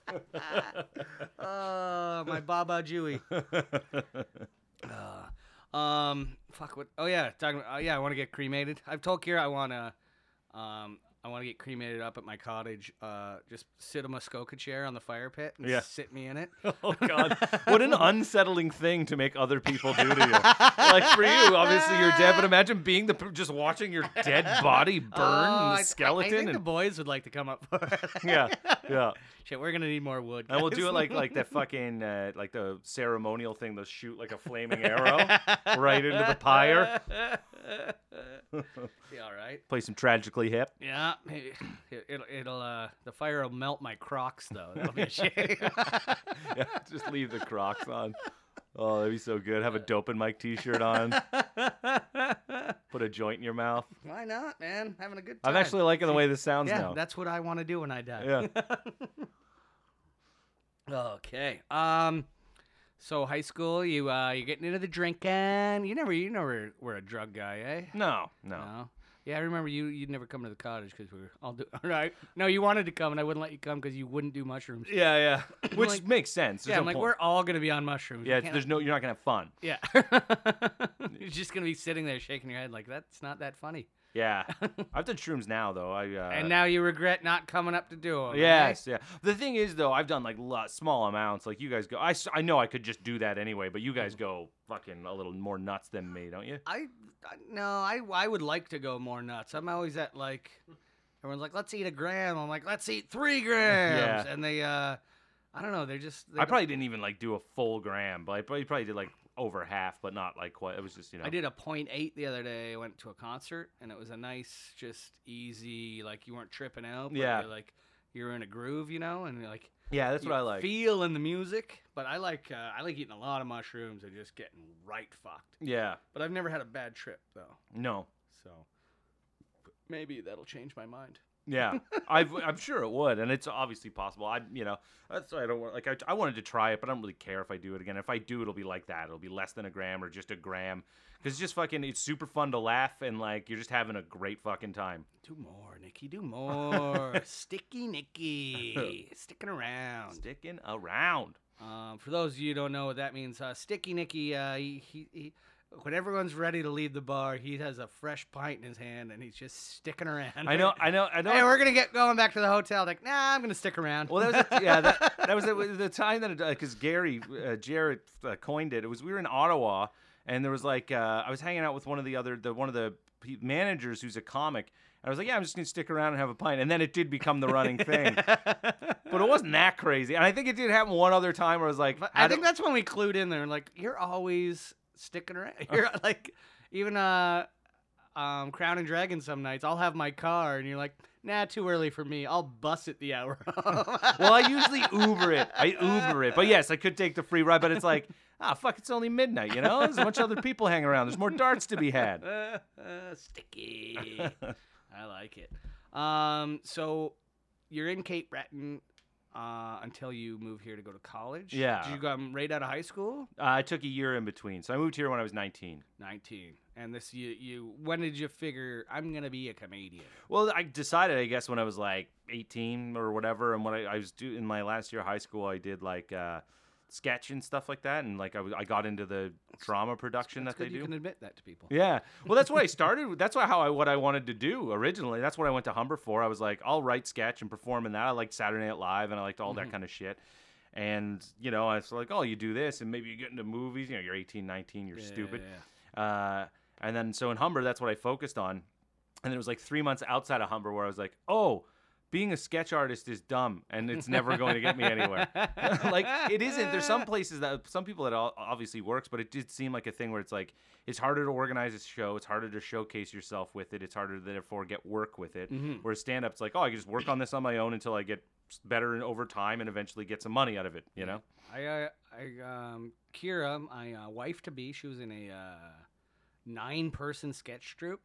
oh, my Baba Jewy. Uh, um, fuck what? Oh yeah, talking. About, uh, yeah, I want to get cremated. I've told Kira I wanna, um, I want to get cremated up at my cottage. Uh, just sit a Muskoka chair on the fire pit and
Yeah.
sit me in it.
Oh god, what an unsettling thing to make other people do to you. like for you, obviously you're dead, but imagine being the per- just watching your dead body burn
Oh,
and
I-
the
I- I,
skeleton.
think the
and,
boys would like to come up for it.
yeah, yeah.
Shit, we're gonna need more wood.
And we'll do it
guys.
like like that fucking uh, like the ceremonial thing. They'll shoot like a flaming arrow right into the pyre.
Yeah, all right.
Play some tragically hip.
Yeah, it, it'll it'll uh the fire will melt my Crocs though. That'll be a shame.
Yeah, just leave the Crocs on. Oh, that'd be so good. Have a dope and Mike T-shirt on. Put a joint in your mouth.
Why not, man? Having a good time.
I'm actually liking the way this sounds
yeah,
now.
that's what I want to do when I die.
yeah.
Okay. Um. So high school, you uh, you're getting into the drinking. You never, you never were a drug guy, eh?
No, no.
No. Yeah, I remember you. You'd never come to the cottage because we were all do. All right. No, you wanted to come, and I wouldn't let you come because you wouldn't do mushrooms.
Yeah, yeah. Which
Like-
makes sense. There's
yeah,
no
I'm like,
point.
we're all gonna be on mushrooms. We
yeah.
can't-
There's no. You're not gonna have fun.
yeah. you're just gonna be sitting there shaking your head like that's not that funny.
Yeah. I've done shrooms now though. I. Uh,
and now you regret not coming up to do them.
Yes, yeah. The thing is, though, I've done like lo- small amounts. Like you guys go, I, s- I know I could just do that anyway, but you guys go fucking a little more nuts than me, don't you?
I I- no, I I would like to go more nuts. I'm always at like everyone's like, let's eat a gram. I'm like, let's eat three grams.
Yeah.
And they uh I don't know, they're just they
I
don't-
probably didn't even like do a full gram, but I probably, probably did like over half, but not like quite. It was just you know.
I did a point eight the other day. I went to a concert and it was a nice, just easy, like you weren't tripping out, but
Yeah.
you're like you're in a groove, you know, and you're like
Yeah, that's
you
what I like.
Feel in the music, but I like uh, I like eating a lot of mushrooms and just getting right fucked.
yeah.
But I've never had a bad trip though,
No.
so maybe that'll change my mind.
Yeah, I've, I'm sure it would, and it's obviously possible. I, you know, that's why I don't want. Like, I, I wanted to try it, but I don't really care if I do it again. If I do, it'll be like that. It'll be less than a gram or just a gram, because it's just fucking. It's super fun to laugh and like you're just having a great fucking time.
Do more, Nikki. Do more. Sticky Nikki. Sticking around.
Sticking around.
Um, for those of you who don't know what that means, uh, Sticky Nicky, uh, he, he, he, when everyone's ready to leave the bar, he has a fresh pint in his hand and he's just sticking around.
I know. I know. I know.
Hey, we're gonna get going back to the hotel. Like, nah, I'm gonna stick around.
Well, that was yeah. That, that was the, the time that because Gary uh, Jarrett uh, coined it. It was we were in Ottawa and there was like uh, I was hanging out with one of the other the one of the pe- managers who's a comic. And I was like, yeah, I'm just gonna stick around and have a pint. And then it did become the running thing, but it wasn't that crazy. And I think it did happen one other time where I was like,
But
I
I think
don't-
that's when we clued in there. Like, you're always sticking around. You're like, even uh, um, Crown and Dragon some nights, I'll have my car, and you're like, nah, too early for me. I'll bus at the hour.
well, I usually Uber it. I Uber it. But yes, I could take the free ride. But it's like, ah, fuck, it's only midnight. You know, there's a bunch of other people hanging around. There's more darts to be had.
Uh, uh, sticky. I like it. Um, so you're in Cape Breton uh, until you move here to go to college.
Yeah.
Did you come right out of high school?
Uh, I took a year in between, so I moved here when I was 19.
19. And this you you when did you figure I'm gonna be a comedian?
Well, I decided, I guess, when I was like 18 or whatever, and when I, I was do in my last year of high school, I did like uh, sketch and stuff like that, and like I, was- I got into the drama production
That's
that they
good
do.
You can admit that to people.
Yeah. Well, that's what I started. with. That's what, how I what I wanted to do originally. That's what I went to Humber for. I was like, I'll write sketch and perform in that. I liked Saturday Night Live and I liked all
Mm-hmm.
that kind of shit. And you know, I was like, oh, you do this and maybe you get into movies. You know, you're 18, 19, you're stupid.
Yeah.
Uh, and then so in Humber, that's what I focused on. And it was like three months outside of Humber where I was like, oh. Being a sketch artist is dumb, and it's never going to get me anywhere. like it isn't. There's some places that some people that all- obviously works, but it did seem like a thing where it's like it's harder to organize a show. It's harder to showcase yourself with it. It's harder to therefore get work with it.
Mhm.
Whereas stand up's like, oh, I can just work on this on my own until I get s- better and over time, and eventually get some money out of it. You know?
I, uh, I, um, Kira, my uh, wife to be, she was in a uh, nine person sketch troupe,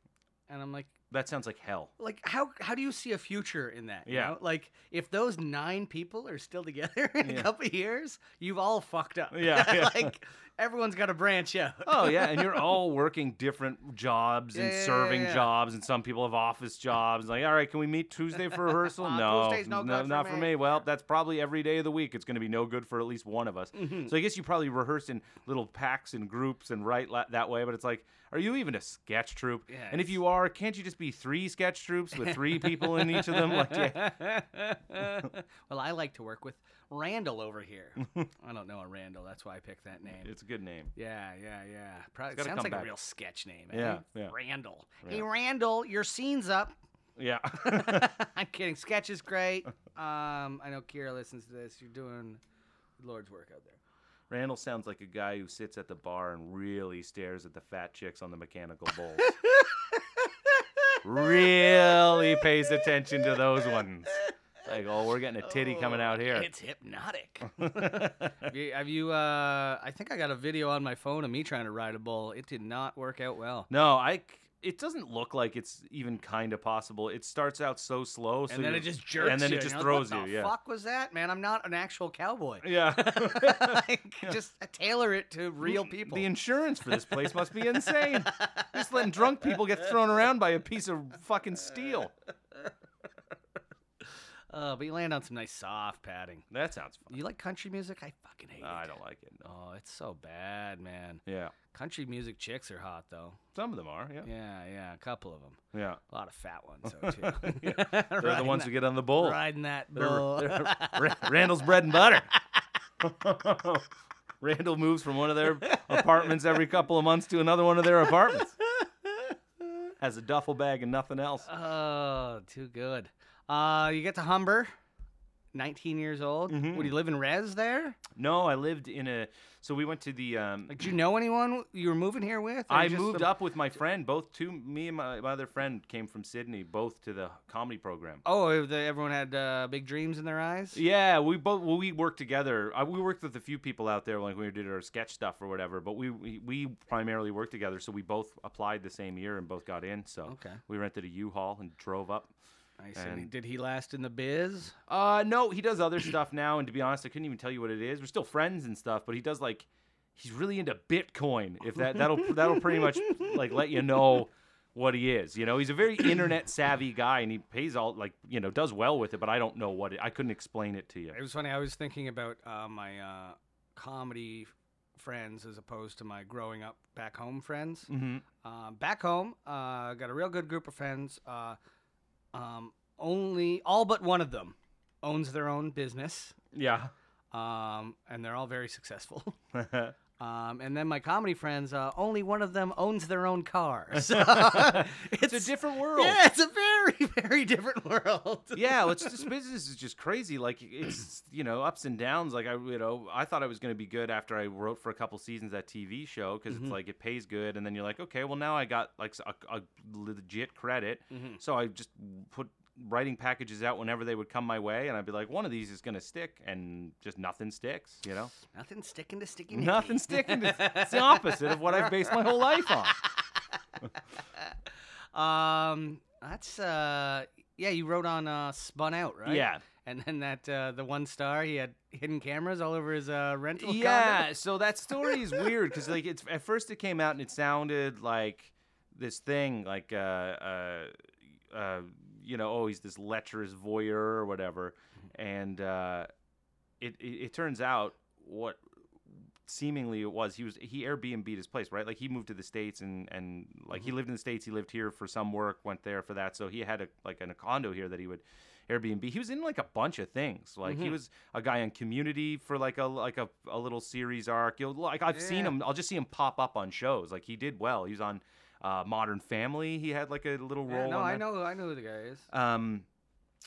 and I'm like,
That sounds like hell.
like how how do you see a future in that? you
Yeah.
know? Like if those nine people are still together in
Yeah.
a couple of years, you've all fucked up.
Yeah, yeah.
like everyone's got to branch out.
Oh yeah, and you're all working different jobs and
Yeah, yeah, yeah,
serving
yeah.
jobs, and some people have office jobs. Like, all right, can we meet Tuesday for rehearsal?
Aw,
no,
Tuesday's no good for
not for
me.
me. Well, that's probably every day of the week. It's going to be no good for at least one of us.
Mm-hmm. Mm.
So I guess you probably rehearse in little packs and groups and write la- that way. But it's like, are you even a sketch troupe?
Yeah,
and if you are, can't you just be three sketch troupes with three people in each of them? Like, yeah.
well, I like to work with Randall over here. I don't know a Randall. That's why I picked that name.
it's a good name.
Yeah, yeah, yeah. Probably
gotta
sounds
come
like a
back.
real sketch name. eh?
Yeah, yeah.
Randall. Hey, Randall, your scene's up.
Yeah.
I'm kidding. Sketch is great. Um, I know Kira listens to this. You're doing the Lord's work out there.
Randall sounds like a guy who sits at the bar and really stares at the fat chicks on the mechanical bowls. really pays attention to those ones. Like, oh, we're getting a titty coming out here.
It's hypnotic. have you? Have you uh, I think I got a video on my phone of me trying to ride a bull. It did not work out well.
No, I. c- It doesn't look like it's even kind of possible. It starts out so slow, so
And then
you-
it just jerks
and then
you,
it just
you're like,
throws
what
you.
The fuck was that, man? I'm not an actual cowboy.
Yeah, yeah.
like, Just tailor it to real people.
The insurance for this place must be insane. Just letting drunk people get thrown around by a piece of fucking steel.
Uh, but you land on some nice soft padding.
That sounds fun.
You like country music? I fucking hate
No,
it.
I don't like it. No.
Oh, it's so bad, man.
Yeah,
Country music chicks are hot though.
some of them are. Yeah,
Yeah, yeah, a couple of them.
yeah.
A lot of fat ones though too.
Yeah. They're the ones who get on the bowl.
riding that
They're-
bull.
they're Ra- Randall's bread and butter. Randall moves from one of their apartments every couple of months to another one of their apartments. Has a duffel bag and nothing else.
oh, too good. Uh, you get to Humber, 19 years old.
Mhm.
Would you live in Res there?
No, I lived in a. So we went to the. Um,
Like, did you know anyone you were moving here with? or
I
just
moved
the-
up with my friend. Both two, me and my, my other friend came from Sydney, both to the comedy program.
Oh, the, everyone had uh, big dreams in their eyes.
Yeah, we both well, we worked together. I, we worked with a few people out there, like when we did our sketch stuff or whatever. But we, we we primarily worked together, so we both applied the same year and both got in. So
Okay.
we rented a U-Haul and drove up.
Nice. And
And-
did he last in the biz?
Uh, no, he does other stuff now, and to be honest, I couldn't even tell you what it is. We're still friends and stuff, but he does like he's really into Bitcoin. If that that'll that'll pretty much like let you know what he is. You know, he's a very internet savvy guy, and he pays all like you know does well with it. But I don't know what it, I couldn't explain it to you.
It was funny. I was thinking about uh, my uh, comedy f- friends as opposed to my growing up back home friends.
Mhm.
Um, back home, uh, got a real good group of friends. Uh, um, only all but one of them owns their own business,
Yeah.
um, and they're all very successful. Um, and then my comedy friends, uh, only one of them owns their own car. So it's,
it's a different world.
Yeah, it's a very, very different world.
yeah, well, it's just business is just crazy. Like it's you know ups and downs. Like I you know I thought I was going to be good after I wrote for a couple seasons that TV show because
Mm-hmm.
it's like it pays good, and then you're like, okay, well now I got like s- a, a legit credit,
Mm-hmm.
so I just put writing packages out whenever they would come my way, and I'd be like, one of these is going to stick, and just nothing sticks. You know,
Nothing sticking to sticky. Nicky.
nothing sticking. It's it's the opposite of what I've based my whole life on.
Um, that's uh, yeah. You wrote on uh, Spun Out, right?
Yeah.
And then that uh, the one star he had hidden cameras all over his uh, rental.
yeah
condo.
so that story is weird because like it's at first it came out and it sounded like this thing like uh uh, uh you know oh he's this lecherous voyeur or whatever and uh it it, it turns out what seemingly it was he was he airbnb'd his place right like he moved to the states and and like he lived in the states he lived here for some work went there for that so he had a like an, a condo here that he would airbnb he was in like a bunch of things like he was a guy on community for like a like a, a little series arc You'll, like i've seen
Yeah.
him i'll just see him pop up on shows like he did well he was on uh, modern family he had like a little role
Yeah, no,
on
I
that.
know, I know who the guy is.
Um,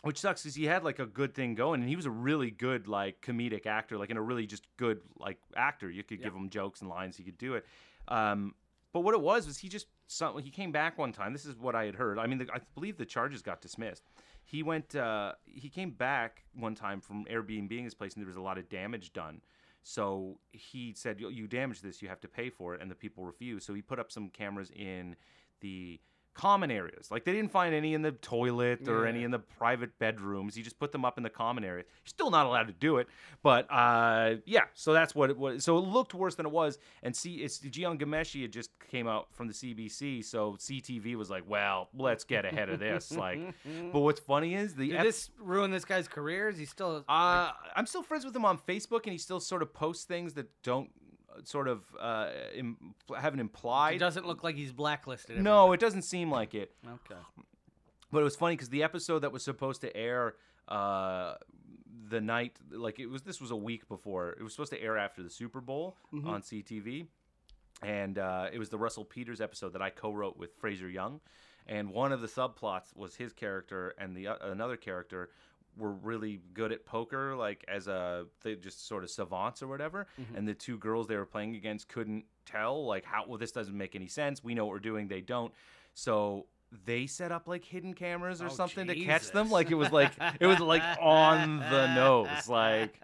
which sucks because he had like a good thing going, and he was a really good like comedic actor, like and a really just good like actor. You could give him jokes and lines, he could do it. Um, but what it was was he just some, he came back one time. This is what I had heard. I mean, the, I believe the charges got dismissed. He went. Uh, he came back one time from Airbnb his place, and there was a lot of damage done. So he said, "You- "You damaged this. You have to pay for it." And the people refused. So he put up some cameras in the common areas. Like they didn't find any in the toilet or any in the private bedrooms. He just put them up in the common area. You're still not allowed to do it, but uh, yeah. So that's what it was. So it looked worse than it was. And see, it's Gian Gameshi had just came out from the CBC, so CTV was like, "Well, let's get ahead of this." like, but what's funny is the
Did
ep-
this ruin this guy's career? Is he still?
uh, I'm still friends with him on Facebook, and he still sort of posts things that don't uh, sort of uh, Im- haven't
it
implied.
doesn't look like he's blacklisted.
No, it doesn't seem like it.
everywhere. Okay.
But it was funny because the episode that was supposed to air uh, the night, like it was, this was a week before. It was supposed to air after the Super Bowl on CTV, and uh, it was the Russell Peters episode that I co-wrote with Fraser Young, and one of the subplots was his character and the uh, another character were really good at poker, like as a they just sort of savants or whatever.
Mm-hmm.
And the two girls they were playing against couldn't tell, like how well this doesn't make any sense. We know what we're doing, they don't. So they set up like hidden cameras or
Oh,
something to catch them.
Jesus.
Like it was like it was like on the nose, like.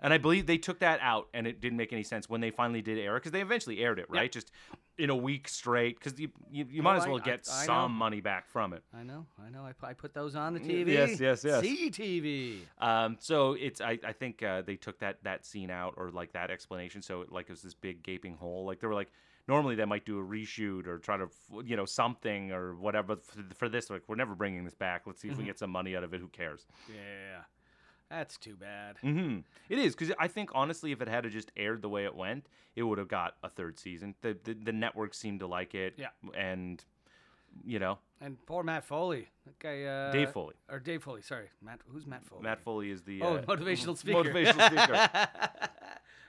And I believe they took that out, and it didn't make any sense when they finally did air because they eventually aired it, right? Just in a week straight, because you you, you might
Oh,
as
I-
well
I-
get
I know.
some money back from it.
I know, I know. I, pu- I put those on the
Y-
TV.
Mm, yes, yes, yes.
CTV.
Um, so it's I, I think uh, they took that that scene out or like that explanation. So it, like it was this big gaping hole. Like they were like normally they might do a reshoot or try to f- you know something or whatever. But for, for this, like we're never bringing this back. Let's see if we
Mm-hmm.
get some money out of it. Who cares?
Yeah, that's too bad.
Mm-hmm. It is because I think honestly, if it had just aired the way it went, it would have got a third season. The the, the network seemed to like it.
Yeah.
and you know
And poor Matt Foley. That guy. Uh,
Dave Foley.
Or Dave Foley. Sorry, Matt. Who's Matt Foley?
Matt Foley is the
Oh,
uh,
motivational speaker.
Motivational speaker.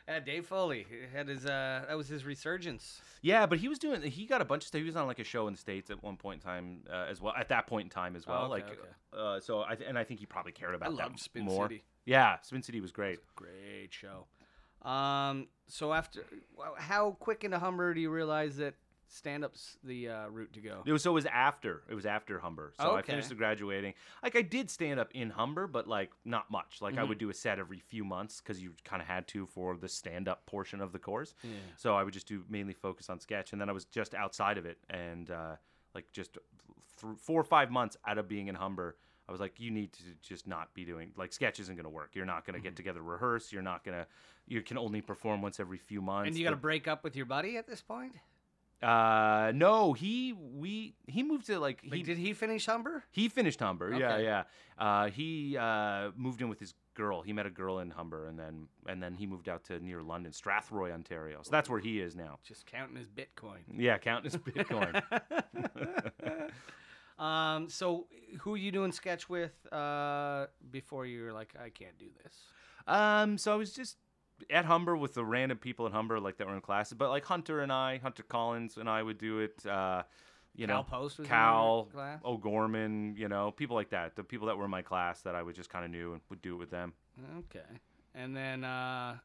yeah, Dave Foley he had his. Uh, that was his resurgence.
Yeah, but he was doing. He got a bunch of stuff. He was on like a show in the states at one point in time uh, as well. At that point in time as well.
Oh, okay,
like,
okay.
Uh, so I th- and I think he probably cared about that
loved Spin
more.
City.
Yeah, Spin City was great.
Great show. Um. So after, well, how quick into Humber do you realize that stand-up's the uh, route to go?
It was so it was after it was after Humber. So I
Okay.
finished the graduating. Like I did stand up in Humber, but like not much.
Mm-hmm.
Like I would do a set every few months because you kind of had to for the stand up portion of the course. So I would just do mainly focus on sketch, and then I was just outside of it, and uh, like just th- four or five months out of being in Humber, I was like, you need to just not be doing like sketch isn't going to work. You're not going to
Mm-hmm.
get together rehearse. You're not going to. You can only perform once every few months.
And you got to break up with your buddy at this point?
to. Uh, no, he we he moved to like he
Like, did he finish Humber?
he finished Humber. Yeah,
Okay.
yeah. Uh, he uh, moved in with his girl. He met a girl in Humber, and then and then he moved out to near London, Strathroy, Ontario. So that's where he is now.
Just counting his Bitcoin.
Yeah, counting his Bitcoin.
um, so who are you doing sketch with uh, before you were like, I can't do this?
Um, so I was just at Humber with the random people at Humber, like that were in classes. But like Hunter and I, Hunter Collins and I would do it. Uh, you
Cal
know,
Post was in your
Cal,
class?
O'Gorman, you know, people like that. The people that were in my class that I would just kind of knew and would do it with them.
Okay. And then uh,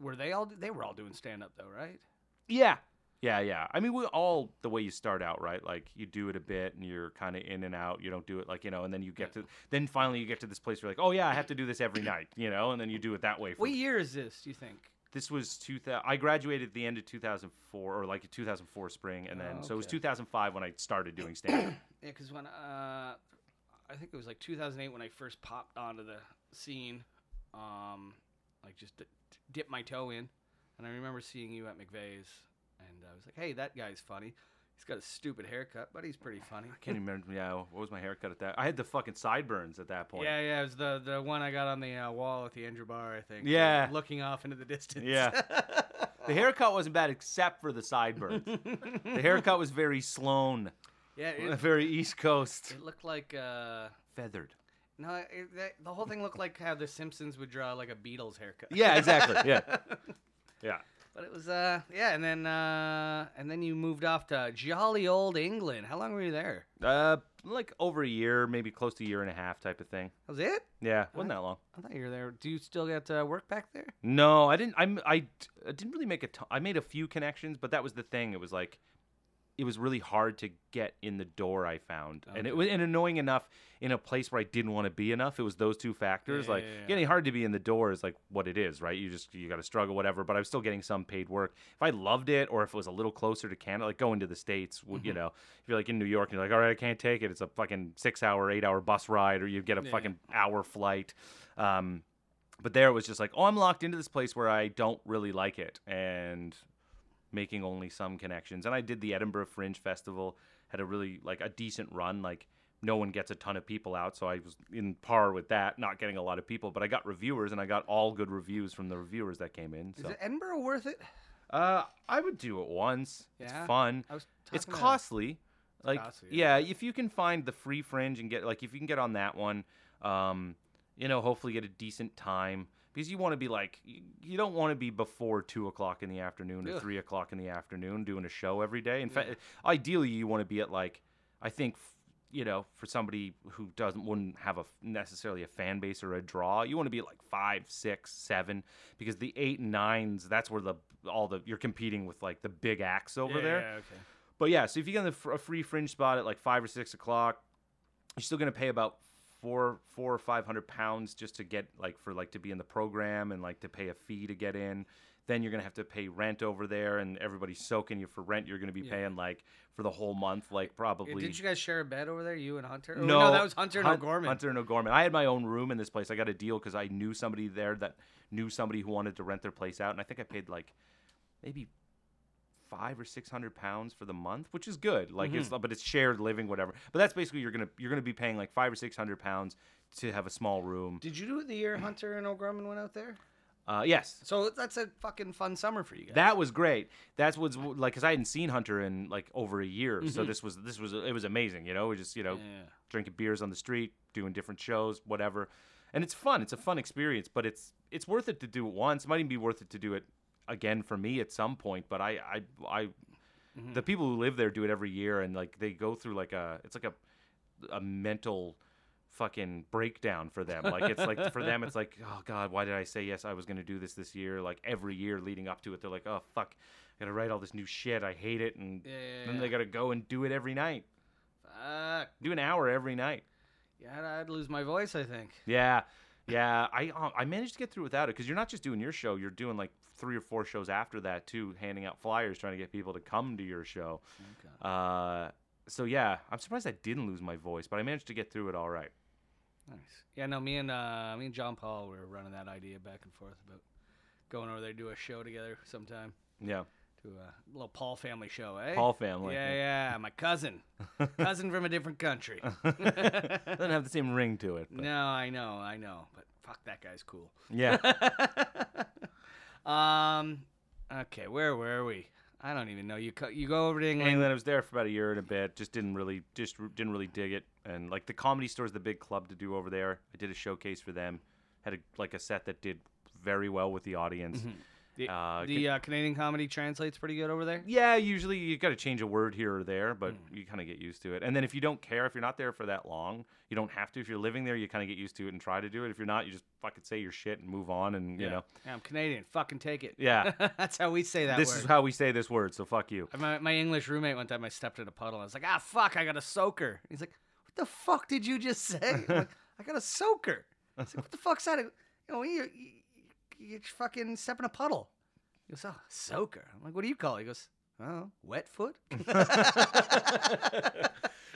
were they all, they were all doing stand up though, right?
Yeah. Yeah, yeah. I mean, we all the way you start out, right? Like you do it a bit, and you're kind of in and out. You don't do it like you know, and then you get to then finally you get to this place where you're like, oh yeah, I have to do this every night, you know, and then you do it that way. For
What year is this, do you think?
this was 2000 i graduated at the end of 2004 or like 2004 spring and then so it was
Okay.
2005 when i started doing stand up
Yeah, because when, uh, I think it was like 2008 when I first popped onto the scene, um, like just d- dipped my toe in. And I remember seeing you at McVeigh's, and I was like, hey, that guy's funny. He's got a stupid haircut, but he's pretty funny.
can't even remember yeah what was my haircut at that i had the fucking sideburns at that point
Yeah, yeah, it was the the one I got on the uh, wall at the Andrew Bar, I think.
Yeah.
looking off into the distance.
Yeah. the haircut wasn't bad except for the sideburns the haircut was very sloan
yeah. It,
very east coast
it looked like uh,
feathered
no, it, that, the whole thing looked like how the Simpsons would draw like a Beatles haircut.
yeah exactly yeah yeah
But it was uh, yeah, and then uh, and then you moved off to jolly old England. How long were you there?
uh like over a year maybe close to a year and a half type of thing
That was it?
yeah wasn't that long
I thought you were there. Do you still get uh, work back there?
No, I didn't. I'm, I, d- I didn't really make a. T- I made a few connections, but that was the thing. It was like, it was really hard to get in the door. I found, and it was and annoying enough in a place where I didn't want to be enough. It was those two factors.
Yeah,
like
yeah, yeah.
getting hard to be in the door is like what it is, right? You just you got to struggle, whatever. But I was still getting some paid work. If I loved it, or if it was a little closer to Canada, like going to the states, would
Mm-hmm.
you know? If you're like in New York and you're like, all right, I can't take it. It's a fucking six hour, eight hour bus ride, or you get a
Yeah.
fucking hour flight. Um, but there it was just like, oh, I'm locked into this place where I don't really like it, and making only some connections. And I did the Edinburgh Fringe Festival, had a really like a decent run. Like no one gets a ton of people out, so I was in par with that, not getting a lot of people. But I got reviewers, and I got all good reviews from the reviewers that came in.
Is
So
it Edinburgh worth it?
uh, I would do it once.
Yeah?
It's fun.
I was
It's
talking to-
costly. Like
costly,
yeah, if you can find the free fringe and get like if you can get on that one, um, you know, hopefully get a decent time because you want to be like y- you don't want to be before two o'clock in the afternoon or
Ugh.
three o'clock in the afternoon doing a show every day. In fact, ideally you want to be at like I think. f- You know, for somebody who doesn't wouldn't have a f- necessarily a fan base or a draw, you want to be at, like five, six, seven, because the eight and nines that's where the all the you're competing with like the big acts over
Yeah,
there.
yeah, okay.
But yeah, so if you get in the fr- a free fringe spot at like five or six o'clock, you're still gonna pay about four, four or five hundred pounds just to get like for like to be in the program and like to pay a fee to get in. Then you're gonna have to pay rent over there, and everybody's soaking you for rent. You're gonna be paying like for the whole month, like probably.
Yeah, Did you guys share a bed over there, you and Hunter? Oh,
No,
that was Hunter and
Hun-
O'Gorman.
Hunter and O'Gorman. I had my own room in this place. I got a deal because I knew somebody there that knew somebody who wanted to rent their place out, and I think I paid like maybe five or six hundred pounds for the month, which is good. Like it's
Mm-hmm.
but it's shared living, whatever. But that's basically you're gonna you're gonna be paying like five or six hundred pounds to have a small room.
Did you do it the year Hunter and O'Gorman went out there?
Uh, yes,
So that's a fucking fun summer for you guys.
That was great. That's what's like because I hadn't seen Hunter in like over a year, so
Mm-hmm.
this was this was it was amazing. You know, we just you know
Yeah.
drinking beers on the street, doing different shows, whatever, and it's fun. It's a fun experience, but it's it's worth it to do it once. Might even be worth it to do it again for me at some point. But I I I
Mm-hmm.
the people who live there do it every year, and like they go through like a it's like a a mental fucking breakdown for them. Like it's like for them it's like, oh God, why did I say yes I was gonna do this this year? Like every year leading up to it, they're like, Oh fuck, I gotta write all this new shit. I hate it and
Yeah.
then they gotta go and do it every night.
Fuck.
Do an hour every night.
Yeah, I'd- I'd lose my voice, I think.
Yeah. Yeah, I uh, I managed to get through without it because you're not just doing your show; you're doing like three or four shows after that too, handing out flyers, trying to get people to come to your show. Uh, so yeah, I'm surprised I didn't lose my voice, but I managed to get through it all right.
Nice. Yeah, no, me and uh, me and John Paul were running that idea back and forth about going over there to do a show together sometime.
Yeah.
To a little Paul family show, eh?
Paul family.
Yeah, yeah. My cousin. cousin from a different country.
Doesn't have the same ring to it. but-
no, I know, I know. But fuck that guy's cool.
Yeah.
um okay, where were we? I don't even know. You co- you go over to England.
England. I was there for about a year and a bit. Just didn't really, just r- didn't really dig it. And like the comedy store is the big club to do over there. I did a showcase for them. Had a, like a set that did very well with the audience.
The,
Uh,
the,
good-
uh, Canadian comedy translates pretty good over there.
Yeah, usually you got to change a word here or there, but
Hmm.
you kind of get used to it. And then if you don't care, if you're not there for that long, you don't have to. If you're living there, you kind of get used to it and try to do it. If you're not, you just fucking say your shit and move on. And you know,
Yeah, I'm Canadian. Fucking take it.
Yeah.
That's how we say that
this
word.
is how we say this word. So fuck you.
my, my English roommate one time I stepped in a puddle. I was like, ah, fuck, I got a soaker. He's like, what the fuck did you just say? I'm like, I got a soaker. I was like, what the fuck's that? You know, you, you, you just fucking step in a puddle. He goes, oh, soaker. I'm like, what do you call it? He goes, oh, wet foot.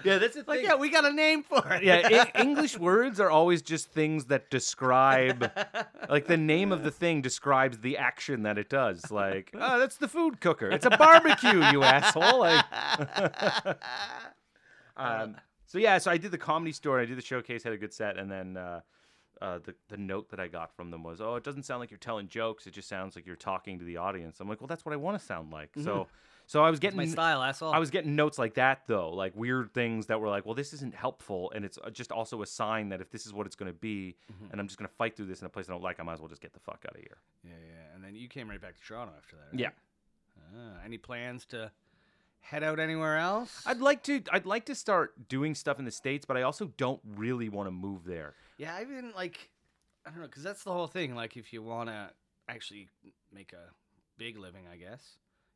Yeah, that's the
like, yeah, we got a name for it.
yeah, I- English words are always just things that describe, like the name of the thing describes the action that it does. Like, oh, that's the food cooker. It's a barbecue, you asshole. Like, um, so yeah, so I did the comedy store. I did the showcase, had a good set, and then uh, uh, the the note that I got from them was, "Oh, it doesn't sound like you're telling jokes. It just sounds like you're talking to the audience." I'm like, "Well, that's what I want to sound like." So, so I was
Mm-hmm. That's
getting
my style, asshole.
I was getting notes like that though, like weird things that were like, well, this isn't helpful, and it's uh, just also a sign that if this is what it's going to be,
Mm-hmm.
and I'm just going to fight through this in a place I don't like, I might as well just get the fuck out of here.
Yeah, yeah. And then you came right back to Toronto after that. Right?
Yeah,
Ah, any plans to head out anywhere else?
I'd like to. I'd like to start doing stuff in the states, but I also don't really want to move there.
Yeah, I've been like, I don't know, because that's the whole thing. Like, if you want to actually make a big living, I guess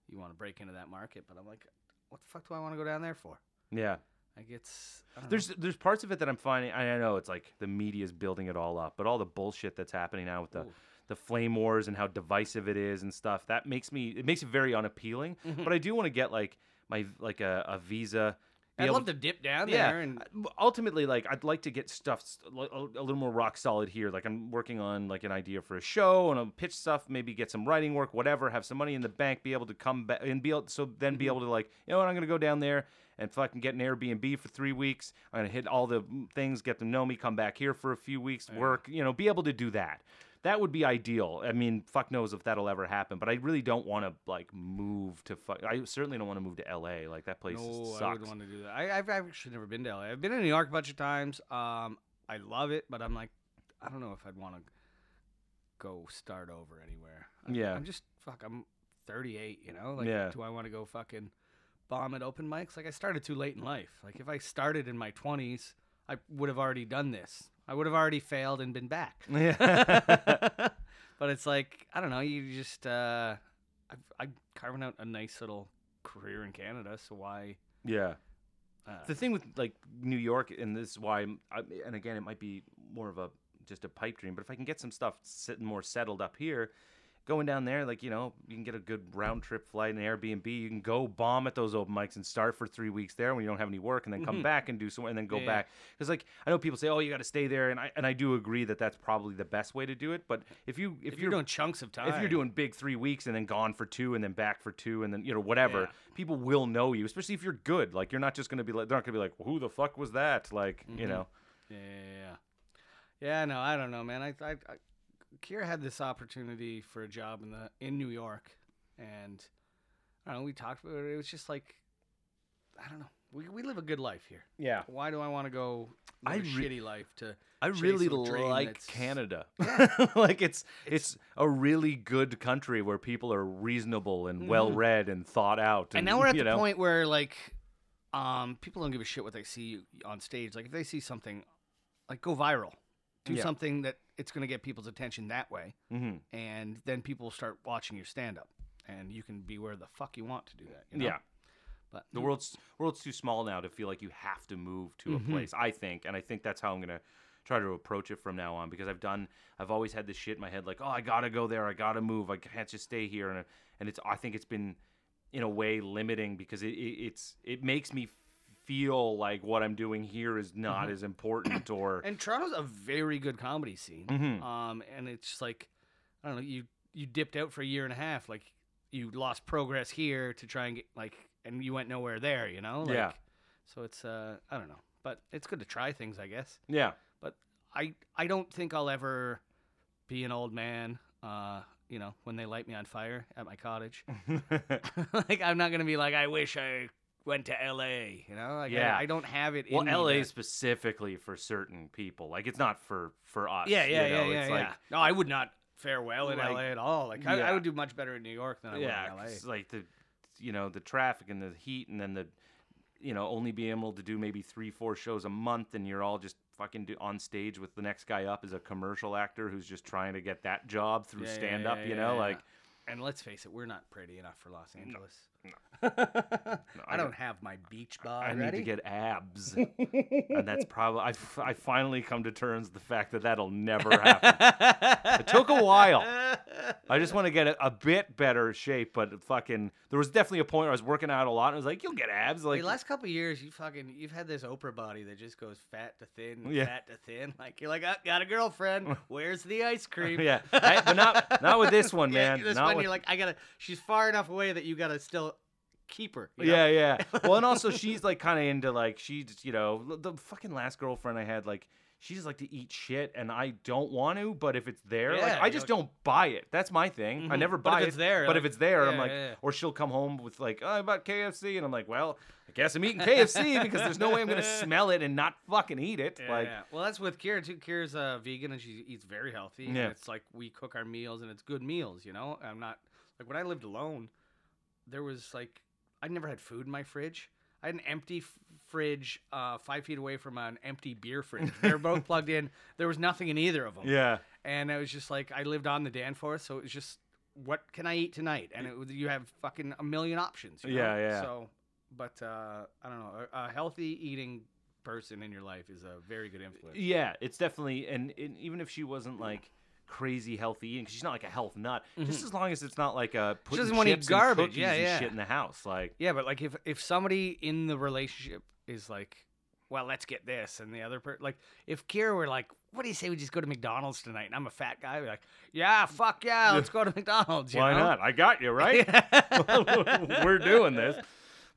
you want to break into that market. But I'm like, what the fuck do I want to go down there for?
Yeah,
Like, it's I don't know.
there's there's parts of it that I'm finding. I know it's like the media's building it all up, but all the bullshit that's happening now with the
Ooh.
the flame wars and how divisive it is and stuff that makes me it makes it very unappealing.
Mm-hmm.
But I do want to get like my like a, a visa. be
I'd
able
love to dip down there and
uh, ultimately like i'd like to get stuff s- li- a a little more rock solid here like i'm working on like an idea for a show and i'll pitch stuff maybe get some writing work whatever have some money in the bank be able to come back and be able so then
Mm-hmm.
be able to like you know what i'm gonna go down there and fucking get an airbnb for three weeks i'm gonna hit all the mm, things get to know me come back here for a few weeks work you know be able to do that that would be ideal. I mean, fuck knows if that'll ever happen, but I really don't want to like move to fuck. I certainly don't want to move to LA. Like that place
no,
sucks.
I would want to do that. I, I've I've actually never been to LA. I've been to New York a bunch of times. Um, I love it, but I'm like, I don't know if I'd want to go start over anywhere. I'm,
Yeah.
I'm just fuck. I'm 38. You know, like,
Yeah.
do I want to go fucking bomb at open mics? Like, I started too late in life. Like, if I started in my 20s, I would have already done this. I would have already failed and been back.
Yeah.
but it's like I don't know. You just uh, I, I'm carving out a nice little career in Canada, so why?
yeah.
Uh,
The thing with like New York, and this is why, I'm, I, and again, it might be more of a just a pipe dream, but if I can get some stuff sitting more settled up here, going down there, like you know, you can get a good round trip flight and Airbnb. You can go bomb at those open mics and start for three weeks there when you don't have any work, and then come back and do some, and then go
Yeah.
back. Because like I know people say, oh, you got to stay there, and I and I do agree that that's probably the best way to do it. But if you if,
if you're doing chunks of time,
if you're doing big three weeks and then gone for two and then back for two and then you know whatever,
Yeah.
people will know you, especially if you're good. Like you're not just gonna be like they're not gonna be like who the fuck was that? Like
Mm-hmm.
you know,
Yeah, yeah, yeah. Yeah, no, I don't know, man. I, I, I Kier had this opportunity for a job in the in New York, and I don't know. We talked about it. It was just like, I don't know. We, we live a good life here.
yeah.
Why do I want to go live
I
a
re-
shitty life to?
I
chase
really
a dream
like
that's-
Canada. like it's it's a really good country where people are reasonable and well read and thought out. And,
Mm-hmm. And now we're at
you
the
know,
point where like, um, people don't give a shit what they see on stage. Like if they see something, like go viral, do
Yeah.
something that it's gonna get people's attention that way.
Mhm.
and then people start watching your stand up and you can be where the fuck you want to do that you know?
Yeah.
but
The world's world's too small now to feel like you have to move to a
Mm-hmm.
place. I think, and I think that's how I'm gonna try to approach it from now on because I've done I've always had this shit in my head like, oh, I gotta go there, I gotta move, I can't just stay here, and and it's I think it's been in a way limiting because it, it it's it makes me feel like what I'm doing here is not
Mm-hmm.
as important or
And Toronto's a very good comedy scene.
Mhm.
Um, and it's just like, I don't know, you you dipped out for a year and a half, like you lost progress here to try and get like, and you went nowhere there, you know? Like,
Yeah.
So it's uh, I don't know, but it's good to try things, I guess.
yeah.
I I don't think I'll ever be an old man. Uh, you know, when they light me on fire at my cottage, like I'm not gonna be like, I wish I went to L.A. You know, like I-
Yeah.
I, don't have it.
well,
in me
LA
to-
specifically for certain people. Like it's not for for us.
Yeah, yeah,
you know?
yeah, yeah,
It's
yeah.
like
no, I would not fare well in
Like-
LA at all. Like I, I
Yeah.
would do much better in New York than I
yeah,
would in LA.
'cause, like the you know the traffic and the heat, and then the you know only being able to do maybe three four shows a month, and you're all just fucking do, on stage with the next guy up as a commercial actor who's just trying to get that job through
Yeah, yeah,
stand up.
yeah,
you
yeah,
know,
yeah.
like
And let's face it, we're not pretty enough for Los Angeles.
I
I don't have my beach bod
I
ready.
need to get abs, and that's probably I, f- I finally come to terms with the fact that that'll never happen. it took a while. I just want to get a, a bit better shape, but fucking there was definitely a point where I was working out a lot, and I was like, "You'll get abs." Like
the last couple of years, you fucking you've had this Oprah body that just goes fat to thin,
Yeah.
fat to thin. Like you're like, I got a girlfriend. Where's the ice cream?
yeah, I- but not not with this one,
Yeah,
man.
this
not
one,
with,
you're like, I gotta. She's far enough away that you gotta still keep her. you know?
yeah, yeah. Well, and also she's like kind of into like she's you know l- the fucking last girlfriend I had like she just like to eat shit, and I don't want to, but if it's there,
Yeah,
like I just
you're
don't buy it. That's my thing. I
Mhm.
never
But if
buy
it's
it.
there,
but
like-
if it's there, I'm
yeah,
like,
yeah, yeah.
or she'll come home with like, oh, I bought KFC, and I'm like, well, I guess I'm eating KFC because there's no way I'm gonna smell it and not fucking eat it.
Yeah,
like,
yeah. well, that's with Kira too. Kira's uh, vegan and she eats very healthy.
Yeah.
And it's like we cook our meals and it's good meals, you know? I'm not like when I lived alone, there was like I never had food in my fridge. I had an empty f- fridge uh, five feet away from an empty beer fridge. They were both plugged in. There was nothing in either of them.
yeah.
And I was just like, I lived on the Danforth, so it was just, what can I eat tonight? And it, was- you have fucking a million options. you know?
Yeah, yeah.
So, but uh, I don't know. A, a healthy eating person in your life is a very good influence.
Yeah, it's definitely, and, and even if she wasn't like crazy healthy eating, 'cause she's not like a health nut. Just as long as it's not like a
Mm-hmm.
putting
doesn't wanna eat
chips
garbage,
and cookies
yeah,
and
yeah.
shit in the house. Like,
Yeah, but like if if somebody in the relationship is like, well, let's get this, and the other person, like, if Kira were like, what do you say we just go to McDonald's tonight? And I'm a fat guy, we're like, yeah, fuck yeah, let's go to McDonald's. You
why
know?
not? I got you right. We're doing this,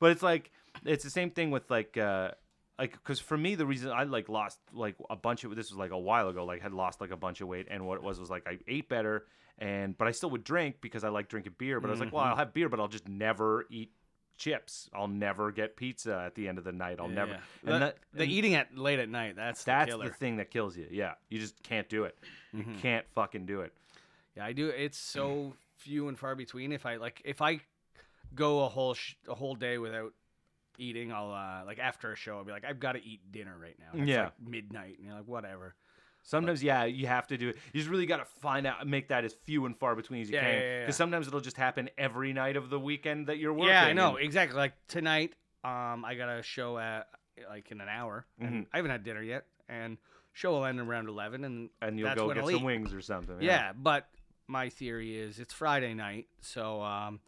but it's like it's the same thing with like. uh like, because for me, the reason I like lost like a bunch of this was like a while ago, like had lost like a bunch of weight, and what it was was like I ate better, and but I still would drink because I like drinking beer. But I was like, well,
Mm-hmm.
I'll have beer, but I'll just never eat chips. I'll never get pizza at the end of the night. I'll never.
Yeah.
And
The-
that-
the eating at late at night, that's
That's
the
the, mm-hmm.
killer. Hmm.
thing that kills you. Yeah, you just can't do it. You can't fucking do it.
Yeah, I do. It's so few and far between. If I like, if I go a whole sh- a whole day without eating, I'll uh, like after a show, I'll be like, I've got to eat dinner right now. And it's,
Yeah.
like, midnight, and you're like, whatever.
Sometimes, yeah, you have to do it. You just really got to find out, make that as few and far between as you
Yeah,
can.
yeah, yeah, yeah. sometimes
sometimes it'll just happen every night of the weekend that you're working.
yeah, I know
and-
exactly. Like tonight, um, I got a show at like in an hour,
Mm-hmm.
and I haven't had dinner yet, and show will end around eleven, and
And you'll
that's
go
when
get
I'll
some
eat.
wings or something.
Yeah, but my theory is it's Friday night, so um,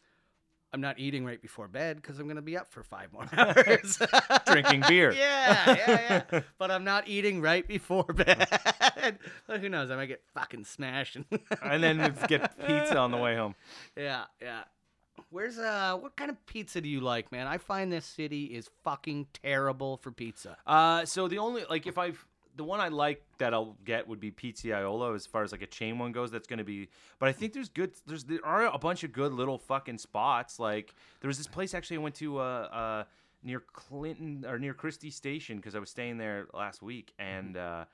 I'm not eating right before bed because I'm gonna be up for five more hours.
Drinking beer.
Yeah, yeah, yeah. but I'm not eating right before bed. but who knows? I might get fucking smashed.
And then we get pizza on the way home.
yeah, yeah. Where's uh? What kind of pizza do you like, man? I find this city is fucking terrible for pizza.
Uh, so the only like if I've the one I like that I'll get would be Pizziaiolo as far as like a chain one goes. That's gonna be, but I think there's good. There's there are a bunch of good little fucking spots. Like there was this place actually I went to uh, uh, near Clinton or near Christie Station because I was staying there last week and. Uh,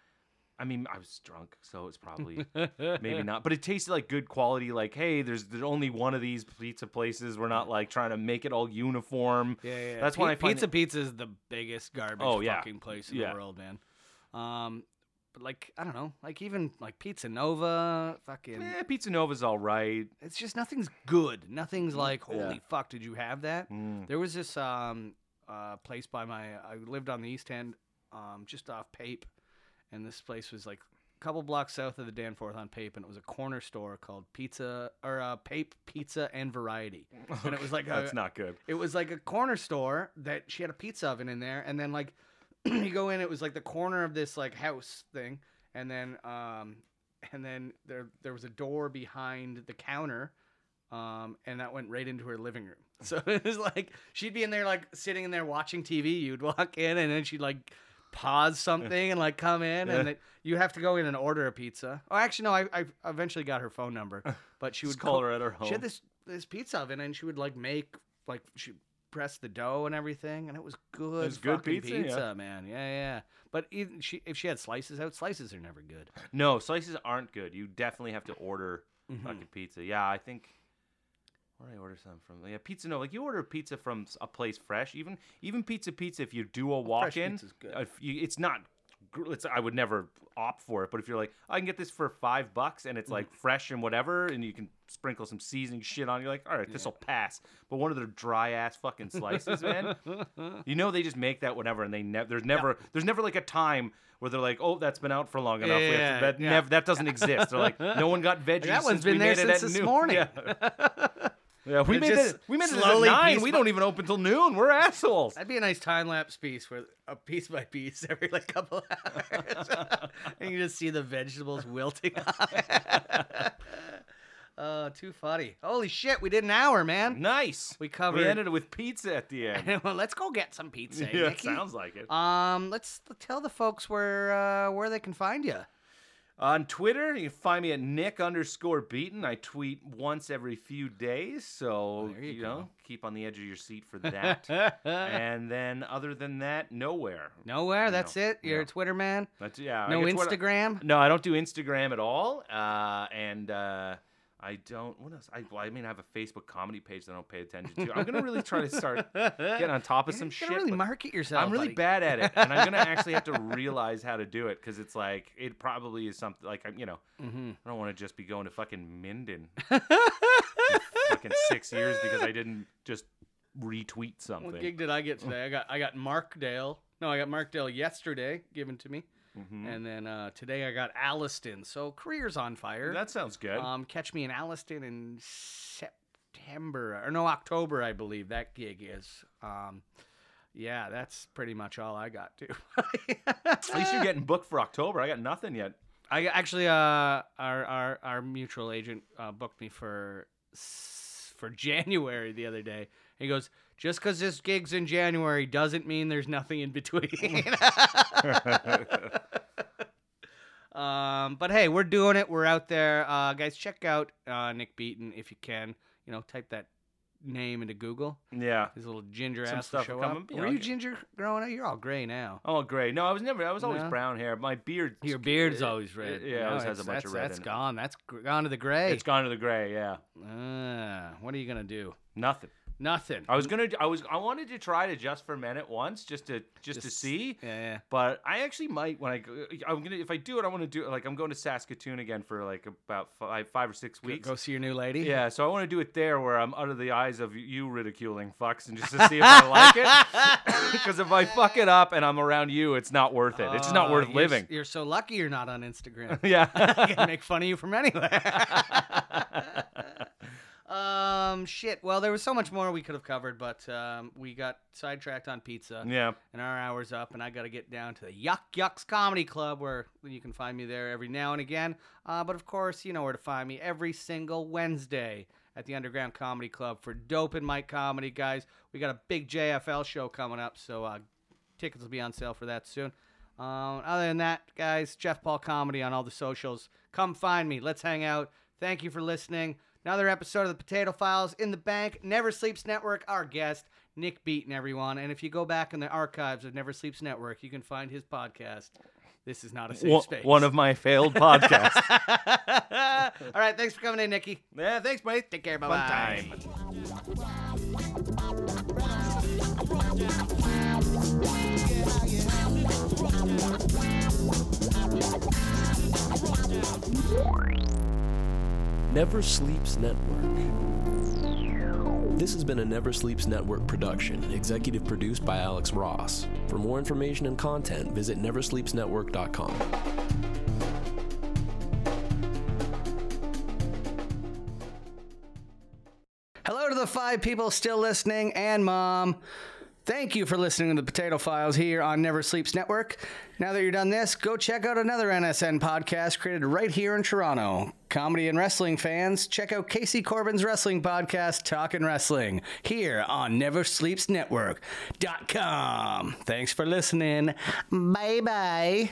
I mean, I was drunk, so it's probably maybe not. But it tasted like good quality. Like, hey, there's there's only one of these pizza places. We're not like trying to make it all uniform. That's why I find
pizza
it-
pizza is the biggest garbage
Oh, yeah.
fucking place in
Yeah.
the world, man. Um, but like I don't know, like even like Pizza Nova, fucking.
Eh, Pizza Nova's all right.
it's just nothing's good.
Mm,
Nothing's like, holy fuck, did you have that? There was this um, uh, place by my, I lived on the East End, um, just off Pape, and this place was like couple blocks south of the Danforth on Pape, and it was a corner store called Pizza or uh, Pape Pizza and Variety, and it was like uh,
That's
a,
not good.
it was like a corner store that she had a pizza oven in there, and then like you go in, it was like the corner of this like house thing, and then um and then there there was a door behind the counter, um and that went right into her living room. So it was like she'd be in there like sitting in there watching TV. You'd walk in, and then she'd like pause something and like come in and then you have to go in and order a pizza oh actually no i, I eventually got her phone number but she would
Just call
co-
her at her home.
she had this this pizza oven, and she would like make like she pressed the dough and everything, and it was good.
was good
fucking
pizza, yeah.
man. Yeah, yeah. But even she, if she had slices out, slices are never good.
No, slices aren't good. You definitely have to order
Mm-hmm.
fucking pizza. Yeah, I think where did I order some from? Yeah, pizza. No, like you order pizza from s- a place fresh. Even even pizza pizza. If you do a walk in,
pizza's good.
if you, it's not. gr- It's, I would never opt for it, but if you're like, I can get this for five bucks
Mm-hmm.
and it's like fresh and whatever, and you can sprinkle some seasoning shit on, you're like, all right, this will pass. But one of their dry ass fucking slices, man, you know they just make that whenever, and they never there's never there's never like a time where they're like, oh, that's been out for long enough. we have
Yeah,
to, that
yeah.
nev- that doesn't exist. They're like, no one got veggies.
that one's
since we
been there
made it at
since this
noon."
morning.
Yeah. Yeah, we
They're
made
just
it. We made it at
slowly
nine.
piece
We
by-
don't even open till noon. We're assholes.
That'd be a nice time lapse piece where a piece by piece every like couple hours, and you just see the vegetables wilting. uh, too funny. Holy shit, we did an hour, man.
Nice.
We covered.
We ended it with pizza at the end.
well, let's go get some pizza.
yeah,
Nicky.
sounds like it.
Um, let's tell the folks where uh, where they can find you.
On Twitter, you can find me at Nick underscore Beaton. I tweet once every few days, so
there
you,
you
know,
go.
keep on the edge of your seat for that. and then, other than that, nowhere.
Nowhere. That's
No,
it. You're a
no.
Twitter man.
That's, yeah. I
No
get Twitter-
Instagram.
No, I don't do Instagram at all. Uh, and uh, I don't. What else? I, well, I mean, I have a Facebook comedy page that I don't pay attention to. I'm gonna really try to start getting on top of some
You're
shit.
gonna really
but
market yourself.
I'm really
buddy.
bad at it, and I'm gonna actually have to realize how to do it because it's like it probably is something like I'm. You know,
Mm-hmm.
I don't want to just be going to fucking Minden. in fucking six years because I didn't just retweet something.
What gig did I get today? I got I got Markdale. No, I got Markdale yesterday given to me,
Mm-hmm.
and then uh, today I got Alliston. So careers on fire.
That sounds good.
um, catch me in Alliston in September or no October, I believe that gig is. Um, yeah, that's pretty much all I got too.
At least you're getting booked for October. I got nothing yet.
I actually uh our our our mutual agent uh, booked me for s- for January the other day. He goes, just because this gig's in January doesn't mean there's nothing in between. um, but hey, we're doing it. We're out there, uh, guys. Check out uh, Nick Beaton if you can. You know, type that name into Google.
Yeah.
His little ginger
Some
ass will
stuff
show
will come
up.
up, you
Were
know,
you
like-
ginger growing up? You're all gray now.
Oh, gray. No, I was never. I was always
No?
brown hair. My beard.
Your beard's always red.
Yeah, it always has a
it's-
bunch of
that's-
red
That's
in it.
gone. That's gr- gone to the gray.
It's gone to the gray. Yeah.
Ah, what are you gonna do?
Nothing.
Nothing.
I was gonna. I was. I wanted to try to just for a minute once, just to just, to
Just-
see.
yeah, yeah.
But I actually might when I. go- I'm gonna if I do it, I want to do it. Like I'm going to Saskatoon again for like about five, five or six weeks.
Go see your new lady.
Yeah, so I want to do it there where I'm under the eyes of you ridiculing fucks and just to see if I like it. Because if I fuck it up and I'm around you, it's not worth it. It's just not
Oh,
worth
you're s-
living.
You're, so lucky you're not on Instagram. I
Yeah.
can make fun of you from anywhere. um, shit. Well, there was so much more we could have covered, but um, we got sidetracked on pizza.
yeah.
And our hour's up, and I got to get down to the Yuck Yucks Comedy Club, where you can find me there every now and again. Uh, but of course, you know where to find me every single Wednesday at the Underground Comedy Club for Dope and Mike Comedy, guys. We got a big JFL show coming up, so uh, tickets will be on sale for that soon. Um, other than that, guys, Jeff Paul Comedy on all the socials. Come find me. Let's hang out. Thank you for listening. Another episode of the Potato Files in the Bank, Never Sleeps Network, our guest, Nick Beaton, everyone. And if you go back in the archives of Never Sleeps Network, you can find his podcast. This is not a safe
One,
space.
one of my failed podcasts.
all right, thanks for coming in, Nikki.
yeah, thanks, buddy.
Take care. Bye
Fun
bye.
time.
Never Sleeps Network. This has been a Never Sleeps Network production, executive produced by Alex Ross. For more information and content, visit neversleepsnetwork.com.
for the five people still listening and mom. Thank you for listening to the Potato Files here on Never Sleeps Network. Now that you're done this, go check out another NSN podcast created right here in Toronto. Comedy and wrestling fans, check out Casey Corbin's wrestling podcast, Talkin' Wrestling, here on NeverSleepsNetwork.com. Thanks for listening. Bye bye.